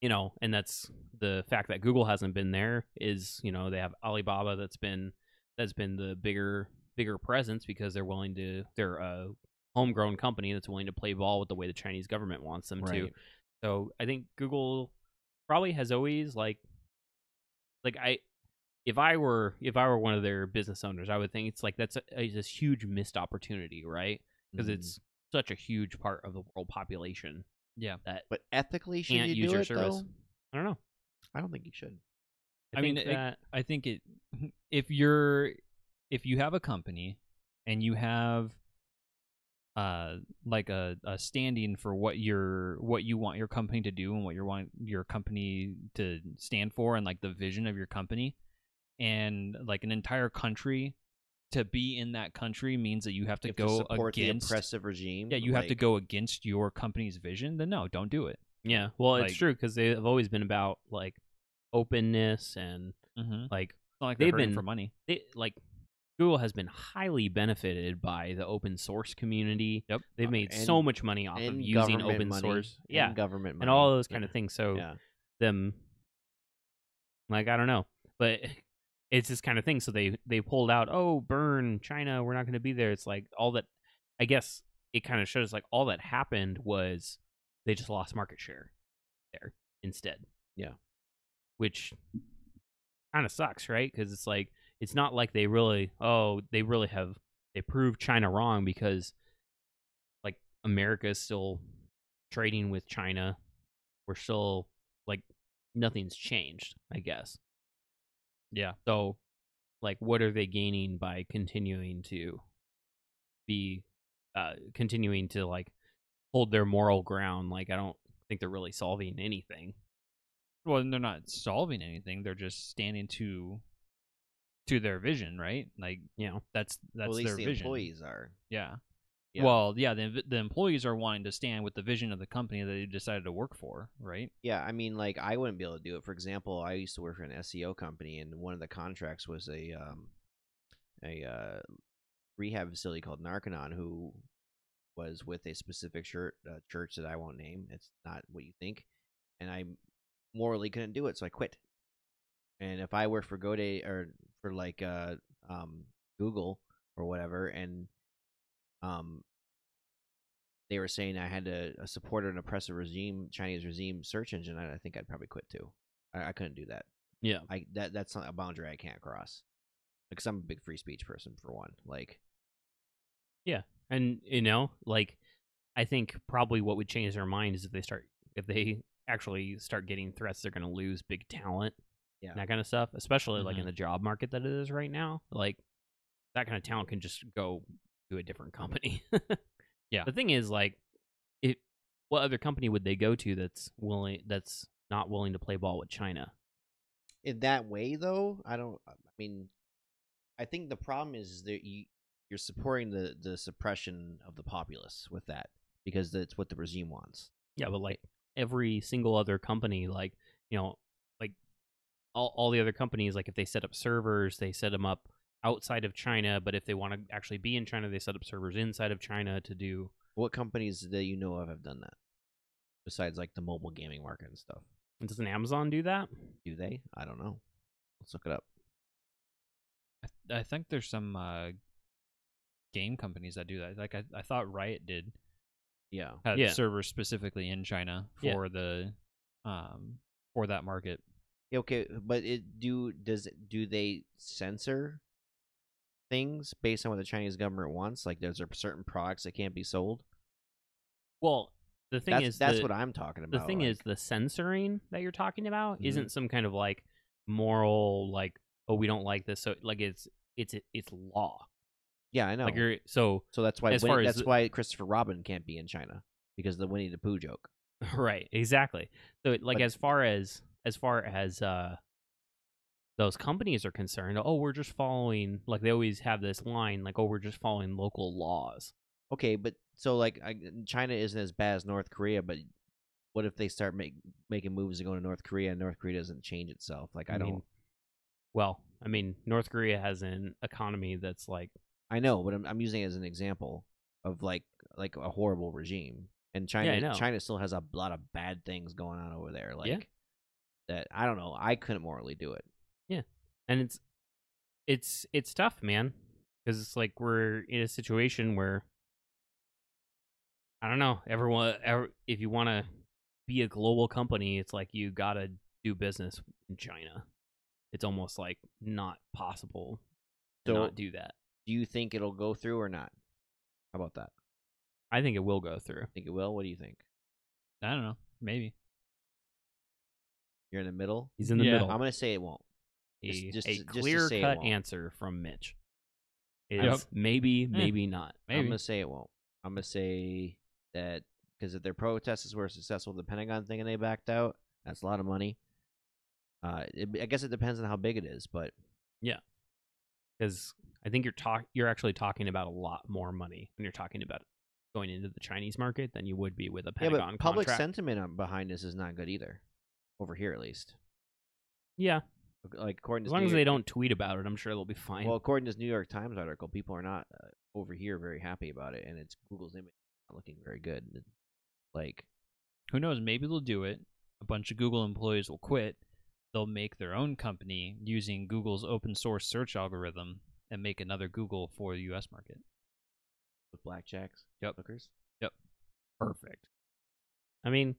[SPEAKER 2] you know, and that's the fact that Google hasn't been there is you know they have Alibaba that's been that's been the bigger bigger presence because they're willing to they're a homegrown company that's willing to play ball with the way the Chinese government wants them to.
[SPEAKER 3] Right.
[SPEAKER 2] So I think Google probably has always like like I if I were if I were one of their business owners, I would think it's like that's a, it's this huge missed opportunity, right? Because
[SPEAKER 1] Mm-hmm.
[SPEAKER 3] Mhm.
[SPEAKER 2] it's such a huge part of the world population.
[SPEAKER 1] Yeah.
[SPEAKER 2] that
[SPEAKER 3] but ethically should
[SPEAKER 2] can't
[SPEAKER 3] you
[SPEAKER 2] use
[SPEAKER 3] do
[SPEAKER 2] your
[SPEAKER 3] it,
[SPEAKER 2] service.
[SPEAKER 3] though?
[SPEAKER 2] I don't know.
[SPEAKER 3] I don't think you should.
[SPEAKER 2] I,
[SPEAKER 1] I mean,
[SPEAKER 2] mean,
[SPEAKER 1] it- I think it if you're if you have a company and you have uh like a, a standing for what your what you want your company to do and what you want your company to stand for and like the vision of your company and like an entire country to be in that country means that you have to
[SPEAKER 3] You have
[SPEAKER 1] go
[SPEAKER 3] support
[SPEAKER 1] against
[SPEAKER 3] the oppressive regime.
[SPEAKER 1] yeah you have to
[SPEAKER 3] like-
[SPEAKER 1] go against your company's vision then no don't do it
[SPEAKER 2] yeah, well, it's
[SPEAKER 1] like-
[SPEAKER 2] true because they've always been about like openness and
[SPEAKER 1] mm-hmm. it's
[SPEAKER 2] like
[SPEAKER 1] not like
[SPEAKER 2] They've
[SPEAKER 1] they've been
[SPEAKER 2] been-
[SPEAKER 1] for money
[SPEAKER 2] they like Google has been highly benefited by the open source community.
[SPEAKER 1] Yep. Uh,
[SPEAKER 2] They've made
[SPEAKER 3] And-
[SPEAKER 2] so much money off of
[SPEAKER 3] and
[SPEAKER 2] using
[SPEAKER 3] government
[SPEAKER 2] open
[SPEAKER 3] money,
[SPEAKER 2] source. Yeah.
[SPEAKER 3] and government money.
[SPEAKER 2] and all those kind of things. So
[SPEAKER 3] Yeah.
[SPEAKER 2] them like I don't know. But it's this kind of thing. So they they pulled out, oh, burn China, we're not gonna be there. It's like all that I guess it kind of shows like all that happened was they just lost market share there instead.
[SPEAKER 3] Yeah.
[SPEAKER 2] Which kind of sucks, right? Because it's like it's not like they really oh, they really have they proved China wrong because like America is still trading with China. We're still like nothing's changed, I guess. Yeah. So like what are they gaining by continuing to be uh continuing to like hold their moral ground? Like I don't think they're really solving anything.
[SPEAKER 1] well and they're not solving anything they're just standing to to their vision right like
[SPEAKER 2] You know.
[SPEAKER 1] that's that's
[SPEAKER 3] Well, at least
[SPEAKER 1] their
[SPEAKER 3] the
[SPEAKER 1] vision
[SPEAKER 3] employees are.
[SPEAKER 1] yeah.
[SPEAKER 3] Yeah.
[SPEAKER 1] well yeah the, the employees are wanting to stand with the vision of the company that they decided to work for right
[SPEAKER 3] Yeah, I mean, like I wouldn't be able to do it. For example, I used to work for an SEO company, and one of the contracts was a um, a uh, rehab facility called Narcanon, who was with a specific church, uh, church that I won't name. It's not what you think, and I morally couldn't do it, so I quit. And if I worked for GoDaddy or for like uh, um, Google or whatever, and um, they were saying I had to uh, support an oppressive regime, Chinese regime search engine, I I think I'd probably quit too. I, I couldn't do that.
[SPEAKER 2] Yeah.
[SPEAKER 3] I that that's not a boundary I can't cross because I'm a big free speech person for one. Like,
[SPEAKER 2] And you know, like I think probably what would change their mind is if they start if they actually start getting threats, they're going to lose big talent,
[SPEAKER 3] Yeah.
[SPEAKER 2] and that kind of stuff. Especially like
[SPEAKER 1] Mhm.
[SPEAKER 2] in the job market that it is right now, like that kind of talent can just go to a different company.
[SPEAKER 1] Yeah.
[SPEAKER 2] The thing is, like, it what other company would they go to that's willing that's not willing to play ball with China?
[SPEAKER 3] in that way though i don't i mean i think the problem is that you you're supporting the the suppression of the populace with that because that's what the regime wants
[SPEAKER 2] Yeah, but like every single other company, like you know, like all all the other companies, like if they set up servers, they set them up outside of China. But if they want to actually be in China, they set up servers inside of China to do.
[SPEAKER 3] what companies that you know of have done that besides like the mobile gaming market and stuff
[SPEAKER 2] And doesn't Amazon do that?
[SPEAKER 3] do they i don't know let's look it up
[SPEAKER 1] i, th- I think there's some uh game companies that do that like i, I thought riot did
[SPEAKER 3] yeah
[SPEAKER 1] had
[SPEAKER 2] Yeah.
[SPEAKER 1] servers specifically in china
[SPEAKER 2] Yeah.
[SPEAKER 1] for the um for that market
[SPEAKER 3] Yeah, okay but it do does it- do they censor things based on what the chinese government wants like there's a certain products that can't be sold
[SPEAKER 2] Well, the thing
[SPEAKER 3] that's
[SPEAKER 2] is,
[SPEAKER 3] that's
[SPEAKER 2] the,
[SPEAKER 3] what i'm talking
[SPEAKER 2] the
[SPEAKER 3] about
[SPEAKER 2] thing
[SPEAKER 3] like-
[SPEAKER 2] is the censoring that you're talking about
[SPEAKER 3] Mhm.
[SPEAKER 2] isn't some kind of like moral like oh we don't like this so like it's it's it's law
[SPEAKER 3] yeah i know
[SPEAKER 2] like you're so
[SPEAKER 3] So that's why
[SPEAKER 2] As
[SPEAKER 3] Winnie-
[SPEAKER 2] far as
[SPEAKER 3] that's
[SPEAKER 2] the-
[SPEAKER 3] why Christopher Robin can't be in China because of the Winnie the Pooh joke.
[SPEAKER 2] Right, exactly. So it- like
[SPEAKER 3] But-
[SPEAKER 2] as far as as far as uh those companies are concerned, oh, we're just following like they always have this line like oh, we're just following local laws.
[SPEAKER 3] okay, but so like I, China isn't as bad as North Korea, but what if they start make, making moves to go to North Korea and North Korea doesn't change itself? Like I,
[SPEAKER 2] I mean,
[SPEAKER 3] don't,
[SPEAKER 2] Well, I mean, North Korea has an economy that's like
[SPEAKER 3] I know, but I'm, I'm using it as an example of like like a horrible regime, and China
[SPEAKER 2] know.
[SPEAKER 3] China still has a lot of bad things going on over there. Like
[SPEAKER 2] Yeah.
[SPEAKER 3] that, I don't know. I couldn't morally do it.
[SPEAKER 2] and it's it's it's tough, man, because it's like we're in a situation where I don't know. Everyone, ev if you want to be a global company, it's like you gotta do business in China. It's almost like not possible to
[SPEAKER 3] So-
[SPEAKER 2] not do that.
[SPEAKER 3] Do you think it'll go through or not? How about that?
[SPEAKER 2] I think it will go through.
[SPEAKER 3] Think it will? What do you think?
[SPEAKER 1] I don't know. Maybe.
[SPEAKER 3] You're in the middle.
[SPEAKER 2] He's in the
[SPEAKER 1] Yeah.
[SPEAKER 2] middle.
[SPEAKER 3] I'm gonna say it won't. just-
[SPEAKER 2] a,
[SPEAKER 3] just
[SPEAKER 2] a
[SPEAKER 3] to- just to say
[SPEAKER 2] clear
[SPEAKER 3] it
[SPEAKER 2] cut
[SPEAKER 3] won't.
[SPEAKER 2] answer from Mitch. Is
[SPEAKER 1] Yep.
[SPEAKER 2] maybe, maybe not.
[SPEAKER 3] I'm
[SPEAKER 1] Maybe.
[SPEAKER 3] gonna say it won't. I'm gonna say that because if their protests were successful, the Pentagon thing and they backed out, that's a lot of money. Uh, it, I guess it depends on how big it is, but
[SPEAKER 2] because I think you're talk you're actually talking about a lot more money when you're talking about going into the Chinese market than you would be with a Pentagon
[SPEAKER 3] yeah, but public
[SPEAKER 2] contract.
[SPEAKER 3] sentiment on- behind this is not good either, over here at least.
[SPEAKER 2] yeah,
[SPEAKER 3] Like according to
[SPEAKER 2] as
[SPEAKER 3] this
[SPEAKER 2] long
[SPEAKER 3] New
[SPEAKER 2] as they
[SPEAKER 3] York-
[SPEAKER 2] don't tweet about it, I'm sure they'll be fine.
[SPEAKER 3] well, according to this New York Times article, people are not uh, over here very happy about it, and it's Google's image not looking very good. and, Like
[SPEAKER 1] Who knows? Maybe they'll do it. A bunch of Google employees will quit. They'll make their own company using Google's open source search algorithm and make another Google for the U.S. market.
[SPEAKER 3] with blackjacks,
[SPEAKER 1] Yep.
[SPEAKER 3] hookers.
[SPEAKER 2] Perfect. I mean,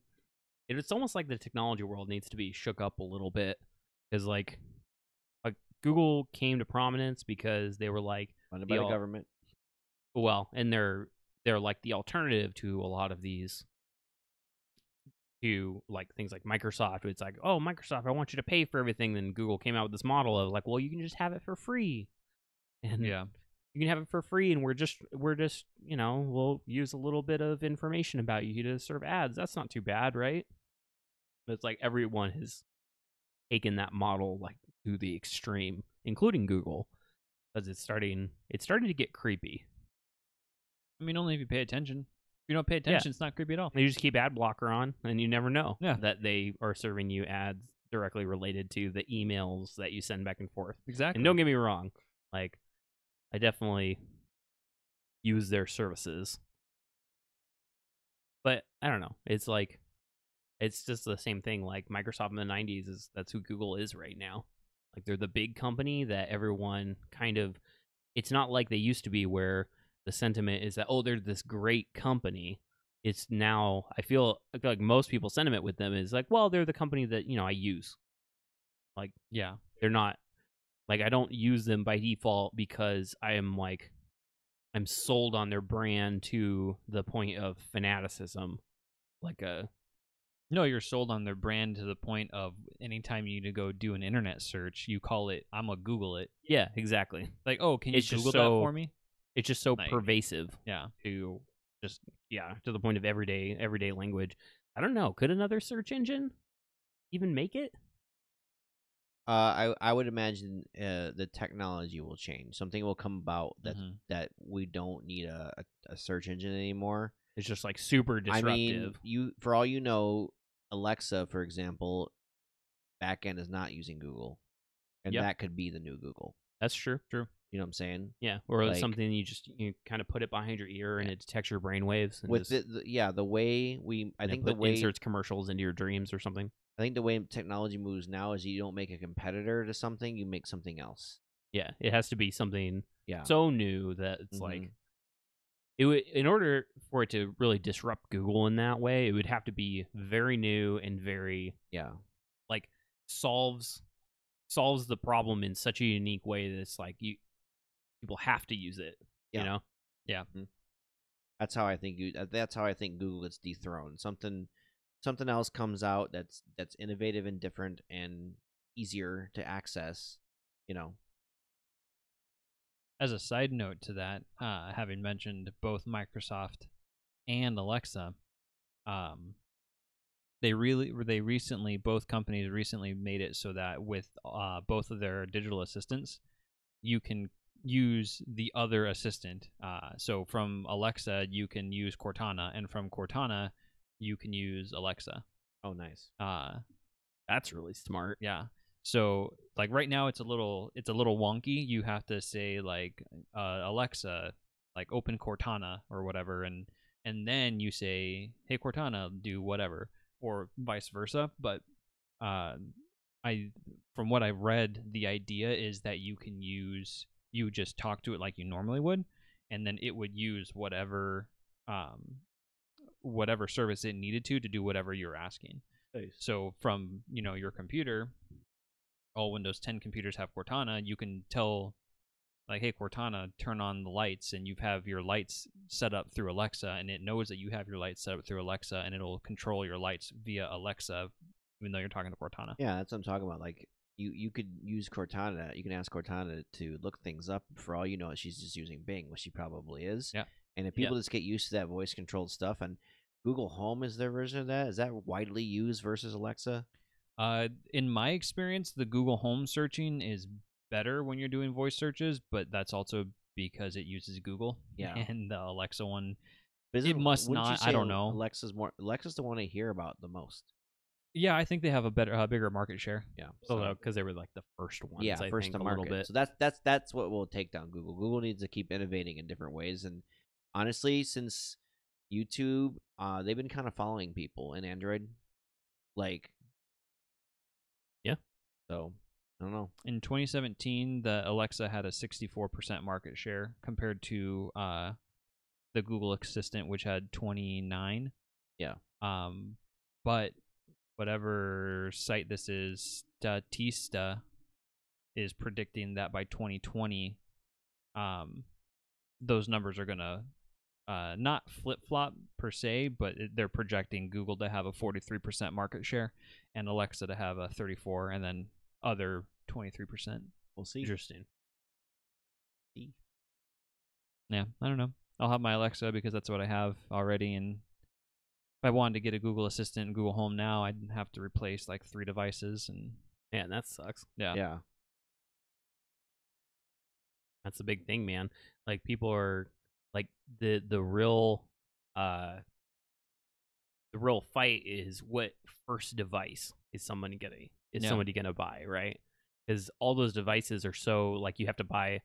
[SPEAKER 2] it- it's almost like the technology world needs to be shook up a little bit because like, like Google came to prominence because they were like,
[SPEAKER 3] funded
[SPEAKER 2] The
[SPEAKER 3] by the
[SPEAKER 2] al-
[SPEAKER 3] government.
[SPEAKER 2] well and they're they're like the alternative to a lot of these to like things like microsoft it's like oh microsoft i want you to pay for everything then google came out with this model of like well you can just have it for free and
[SPEAKER 1] Yeah.
[SPEAKER 2] you can have it for free and we're just we're just you know we'll use a little bit of information about you to serve ads that's not too bad right but it's like everyone has taken that model like to the extreme including google because it's starting it's starting to get creepy
[SPEAKER 1] I mean, only if you pay attention. If you don't pay attention, it's not creepy at all.
[SPEAKER 2] You just keep ad blocker on, and you never know
[SPEAKER 1] Yeah.
[SPEAKER 2] that they are serving you ads directly related to the emails that you send back and forth.
[SPEAKER 1] Exactly.
[SPEAKER 2] And don't get me wrong, like I definitely use their services, but I don't know. It's like it's just the same thing. Like Microsoft in the '90s is that's who Google is right now. Like they're the big company that everyone kind of. It's not like they used to be where the sentiment is that oh they're this great company. It's now I feel I feel like most people's sentiment with them is like well they're the company that you know I use.
[SPEAKER 1] yeah.
[SPEAKER 2] They're not like I don't use them by default because I am like I'm sold on their brand to the point of fanaticism. Like uh, a
[SPEAKER 1] No, you're sold on their brand to the point of anytime you need to go do an internet search, you call it, I'm going to Google it.
[SPEAKER 2] yeah, exactly.
[SPEAKER 1] Like, oh, can you
[SPEAKER 2] It's just
[SPEAKER 1] Google
[SPEAKER 2] so-
[SPEAKER 1] that for me?
[SPEAKER 2] It's just so
[SPEAKER 1] Like-
[SPEAKER 2] pervasive
[SPEAKER 1] Yeah.
[SPEAKER 2] to just yeah, to the point of everyday everyday language. I don't know, could another search engine even make it?
[SPEAKER 3] Uh, I I would imagine uh, the technology will change. Something will come about that
[SPEAKER 2] Mm-hmm.
[SPEAKER 1] Mhm.
[SPEAKER 3] that we don't need a, a, a search engine anymore.
[SPEAKER 2] It's just like super disruptive.
[SPEAKER 3] I mean, you for all you know, Alexa, for example, backend is not using Google, and
[SPEAKER 2] Yep.
[SPEAKER 3] that could be the new Google.
[SPEAKER 2] That's true. True.
[SPEAKER 3] You know what I'm saying?
[SPEAKER 2] Yeah. Or
[SPEAKER 3] Like-
[SPEAKER 2] something you just you kind of put it behind your ear and it detects your brainwaves and
[SPEAKER 3] With
[SPEAKER 2] just,
[SPEAKER 3] the, the, yeah, the way we, I
[SPEAKER 2] and it
[SPEAKER 3] think the
[SPEAKER 2] put-
[SPEAKER 3] way
[SPEAKER 2] inserts commercials into your dreams or something.
[SPEAKER 3] I think the way technology moves now is you don't make a competitor to something, you make something else.
[SPEAKER 2] Yeah, it has to be something
[SPEAKER 3] Yeah.
[SPEAKER 2] so new that it's
[SPEAKER 1] Mm-hmm.
[SPEAKER 2] like it would in order for it to really disrupt Google in that way, it would have to be very new and very
[SPEAKER 3] yeah.
[SPEAKER 2] like solves solves the problem in such a unique way that it's like you people have to use it.
[SPEAKER 3] Yeah.
[SPEAKER 2] You know?
[SPEAKER 3] That's how I think you. that- That's how I think Google gets dethroned. Something, something else comes out that's that's innovative and different and easier to access. You know,
[SPEAKER 1] As a side note to that, uh, having mentioned both Microsoft and Alexa, um, they really they recently both companies recently made it so that with uh, both of their digital assistants, you can use the other assistant. Uh, so from Alexa, you can use Cortana, and from Cortana, you can use Alexa.
[SPEAKER 2] Oh, nice.
[SPEAKER 1] Uh,
[SPEAKER 2] That's really smart.
[SPEAKER 1] yeah. So like right now, it's a little it's a little wonky. You have to say like uh, Alexa, like open Cortana or whatever, and and then you say, hey Cortana, do whatever, or vice versa. But uh, I from what I've read, the idea is that you can use you just talk to it like you normally would, and then it would use whatever um, whatever service it needed to to do whatever you're asking. So from you know your computer, all Windows 10 computers have Cortana. You can tell, like, hey Cortana, turn on the lights, and you have your lights set up through Alexa, and it knows that you have your lights set up through Alexa, and it'll control your lights via Alexa, even though you're talking to Cortana.
[SPEAKER 3] Yeah, that's what I'm talking about. Like you, you could use Cortana. You can ask Cortana to look things up. For all you know, she's just using Bing, which she probably is.
[SPEAKER 1] Yeah.
[SPEAKER 3] And if
[SPEAKER 1] Yeah.
[SPEAKER 3] people just get used to that voice controlled stuff, and Google Home is their version of that, is that widely used versus Alexa?
[SPEAKER 1] Uh, in my experience, the Google Home searching is better when you're doing voice searches, but that's also because it uses Google.
[SPEAKER 3] Yeah.
[SPEAKER 1] And the Alexa one
[SPEAKER 3] But isn't-
[SPEAKER 1] must
[SPEAKER 3] wouldn't you
[SPEAKER 1] not- I
[SPEAKER 3] say
[SPEAKER 1] don't know.
[SPEAKER 3] Alexa's more. Alexa's the one I hear about the most.
[SPEAKER 1] Yeah, I think they have a better, uh, bigger market share.
[SPEAKER 3] Yeah.
[SPEAKER 2] So because Oh, they were like the first ones.
[SPEAKER 3] yeah,
[SPEAKER 2] I
[SPEAKER 3] first
[SPEAKER 2] think,
[SPEAKER 3] to
[SPEAKER 2] a
[SPEAKER 3] market.
[SPEAKER 2] little bit.
[SPEAKER 3] So that's that's that's what will take down Google. Google needs to keep innovating in different ways. And honestly, since YouTube, uh, they've been kind of following people in Android, like,
[SPEAKER 2] Yeah.
[SPEAKER 3] So I don't know.
[SPEAKER 1] In 2017, the Alexa had a 64% market share compared to uh, the Google Assistant, which had 29.
[SPEAKER 3] Yeah.
[SPEAKER 1] Um, but whatever site this is, Statista is predicting that by 2020, um, those numbers are gonna uh, not flip flop per se, but it- they're projecting Google to have a 43% market share and Alexa to have a 34, and then other 23%.
[SPEAKER 3] We'll see.
[SPEAKER 2] Interesting.
[SPEAKER 1] Yeah, I don't know. I'll have my Alexa because that's what I have already. And if I wanted to get a Google Assistant and Google Home now, I'd have to replace like three devices. And
[SPEAKER 2] Man, that sucks.
[SPEAKER 1] yeah,
[SPEAKER 3] Yeah.
[SPEAKER 2] That's the big thing, man. Like people are like the the real uh the real fight is what first device is someone getting is
[SPEAKER 1] Yeah.
[SPEAKER 2] somebody gonna buy, right? Because all those devices are so like you have to buy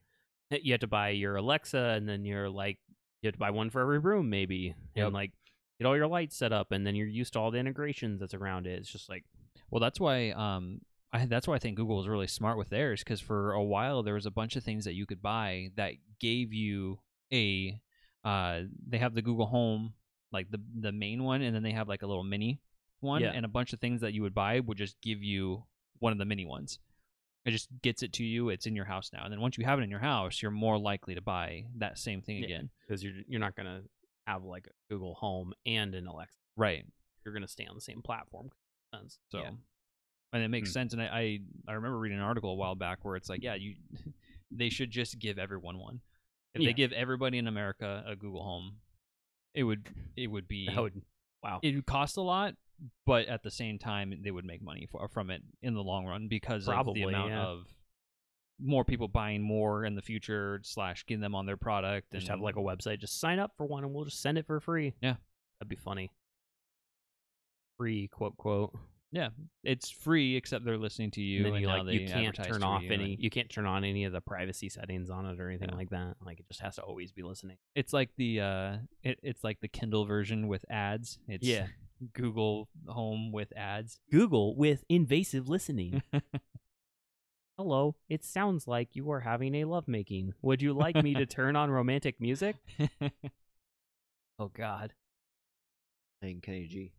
[SPEAKER 2] eh, you have to buy your Alexa and then you're like you have to buy one for every room maybe.
[SPEAKER 1] Yep.
[SPEAKER 2] And like get all your lights set up and then you're used to all the integrations that's around it. It's just like
[SPEAKER 1] Well, that's why um, I that's why I think Google was really smart with theirs because for a while there was a bunch of things that you could buy that gave you a uh, they have the Google Home like the the main one, and then they have like a little mini one,
[SPEAKER 2] Yeah.
[SPEAKER 1] and a bunch of things that you would buy would just give you one of the mini ones. It just gets it to you. It's in your house now, and then once you have it in your house, you're more likely to buy that same thing
[SPEAKER 2] Yeah.
[SPEAKER 1] again.
[SPEAKER 2] because you're you're not gonna have like a Google Home and an Alexa.
[SPEAKER 1] Right.
[SPEAKER 2] You're gonna stay on the same platform. Sense.
[SPEAKER 1] So,
[SPEAKER 2] Yeah.
[SPEAKER 1] and it makes
[SPEAKER 2] Hmm.
[SPEAKER 1] sense. And I, I I remember reading an article a while back where it's like, yeah, you, they should just give everyone one. If
[SPEAKER 2] Yeah.
[SPEAKER 1] they give everybody in America a Google Home, it would it would be
[SPEAKER 2] That would wow.
[SPEAKER 1] it would cost a lot, but at the same time they would make money for, from it in the long run because
[SPEAKER 2] Probably,
[SPEAKER 1] of the amount
[SPEAKER 2] yeah.
[SPEAKER 1] of more people buying more in the future slash getting them on their product
[SPEAKER 2] just
[SPEAKER 1] and
[SPEAKER 2] have like a website. Just sign up for one, and we'll just send it for free.
[SPEAKER 1] Yeah.
[SPEAKER 2] that'd be funny. Free quote quote.
[SPEAKER 1] it's free except they're listening to you
[SPEAKER 2] and then you
[SPEAKER 1] now
[SPEAKER 2] like
[SPEAKER 1] they
[SPEAKER 2] you can't
[SPEAKER 1] advertise
[SPEAKER 2] turn
[SPEAKER 1] to
[SPEAKER 2] off
[SPEAKER 1] you,
[SPEAKER 2] any.
[SPEAKER 1] and-
[SPEAKER 2] You can't turn on any of the privacy settings on it or anything
[SPEAKER 1] Yeah.
[SPEAKER 2] like that. Like it just has to always be listening.
[SPEAKER 1] it's like the uh it, it's like the kindle version with ads it's
[SPEAKER 2] Yeah.
[SPEAKER 1] google home with ads
[SPEAKER 2] Google with invasive listening. Hello, it sounds like you are having a lovemaking. Would you like me to turn on romantic music? Oh God.
[SPEAKER 3] And Kenny G.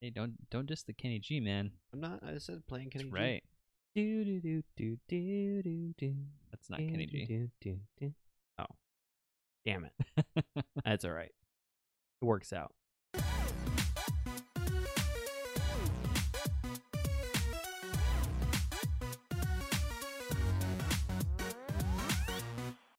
[SPEAKER 1] hey don't don't diss the kenny g man
[SPEAKER 3] I'm not. I said playing Kenny
[SPEAKER 1] that's
[SPEAKER 3] G.
[SPEAKER 1] right
[SPEAKER 2] Do do do do do do do.
[SPEAKER 1] that's not kenny g
[SPEAKER 2] Oh, damn it. That's all right. It works out.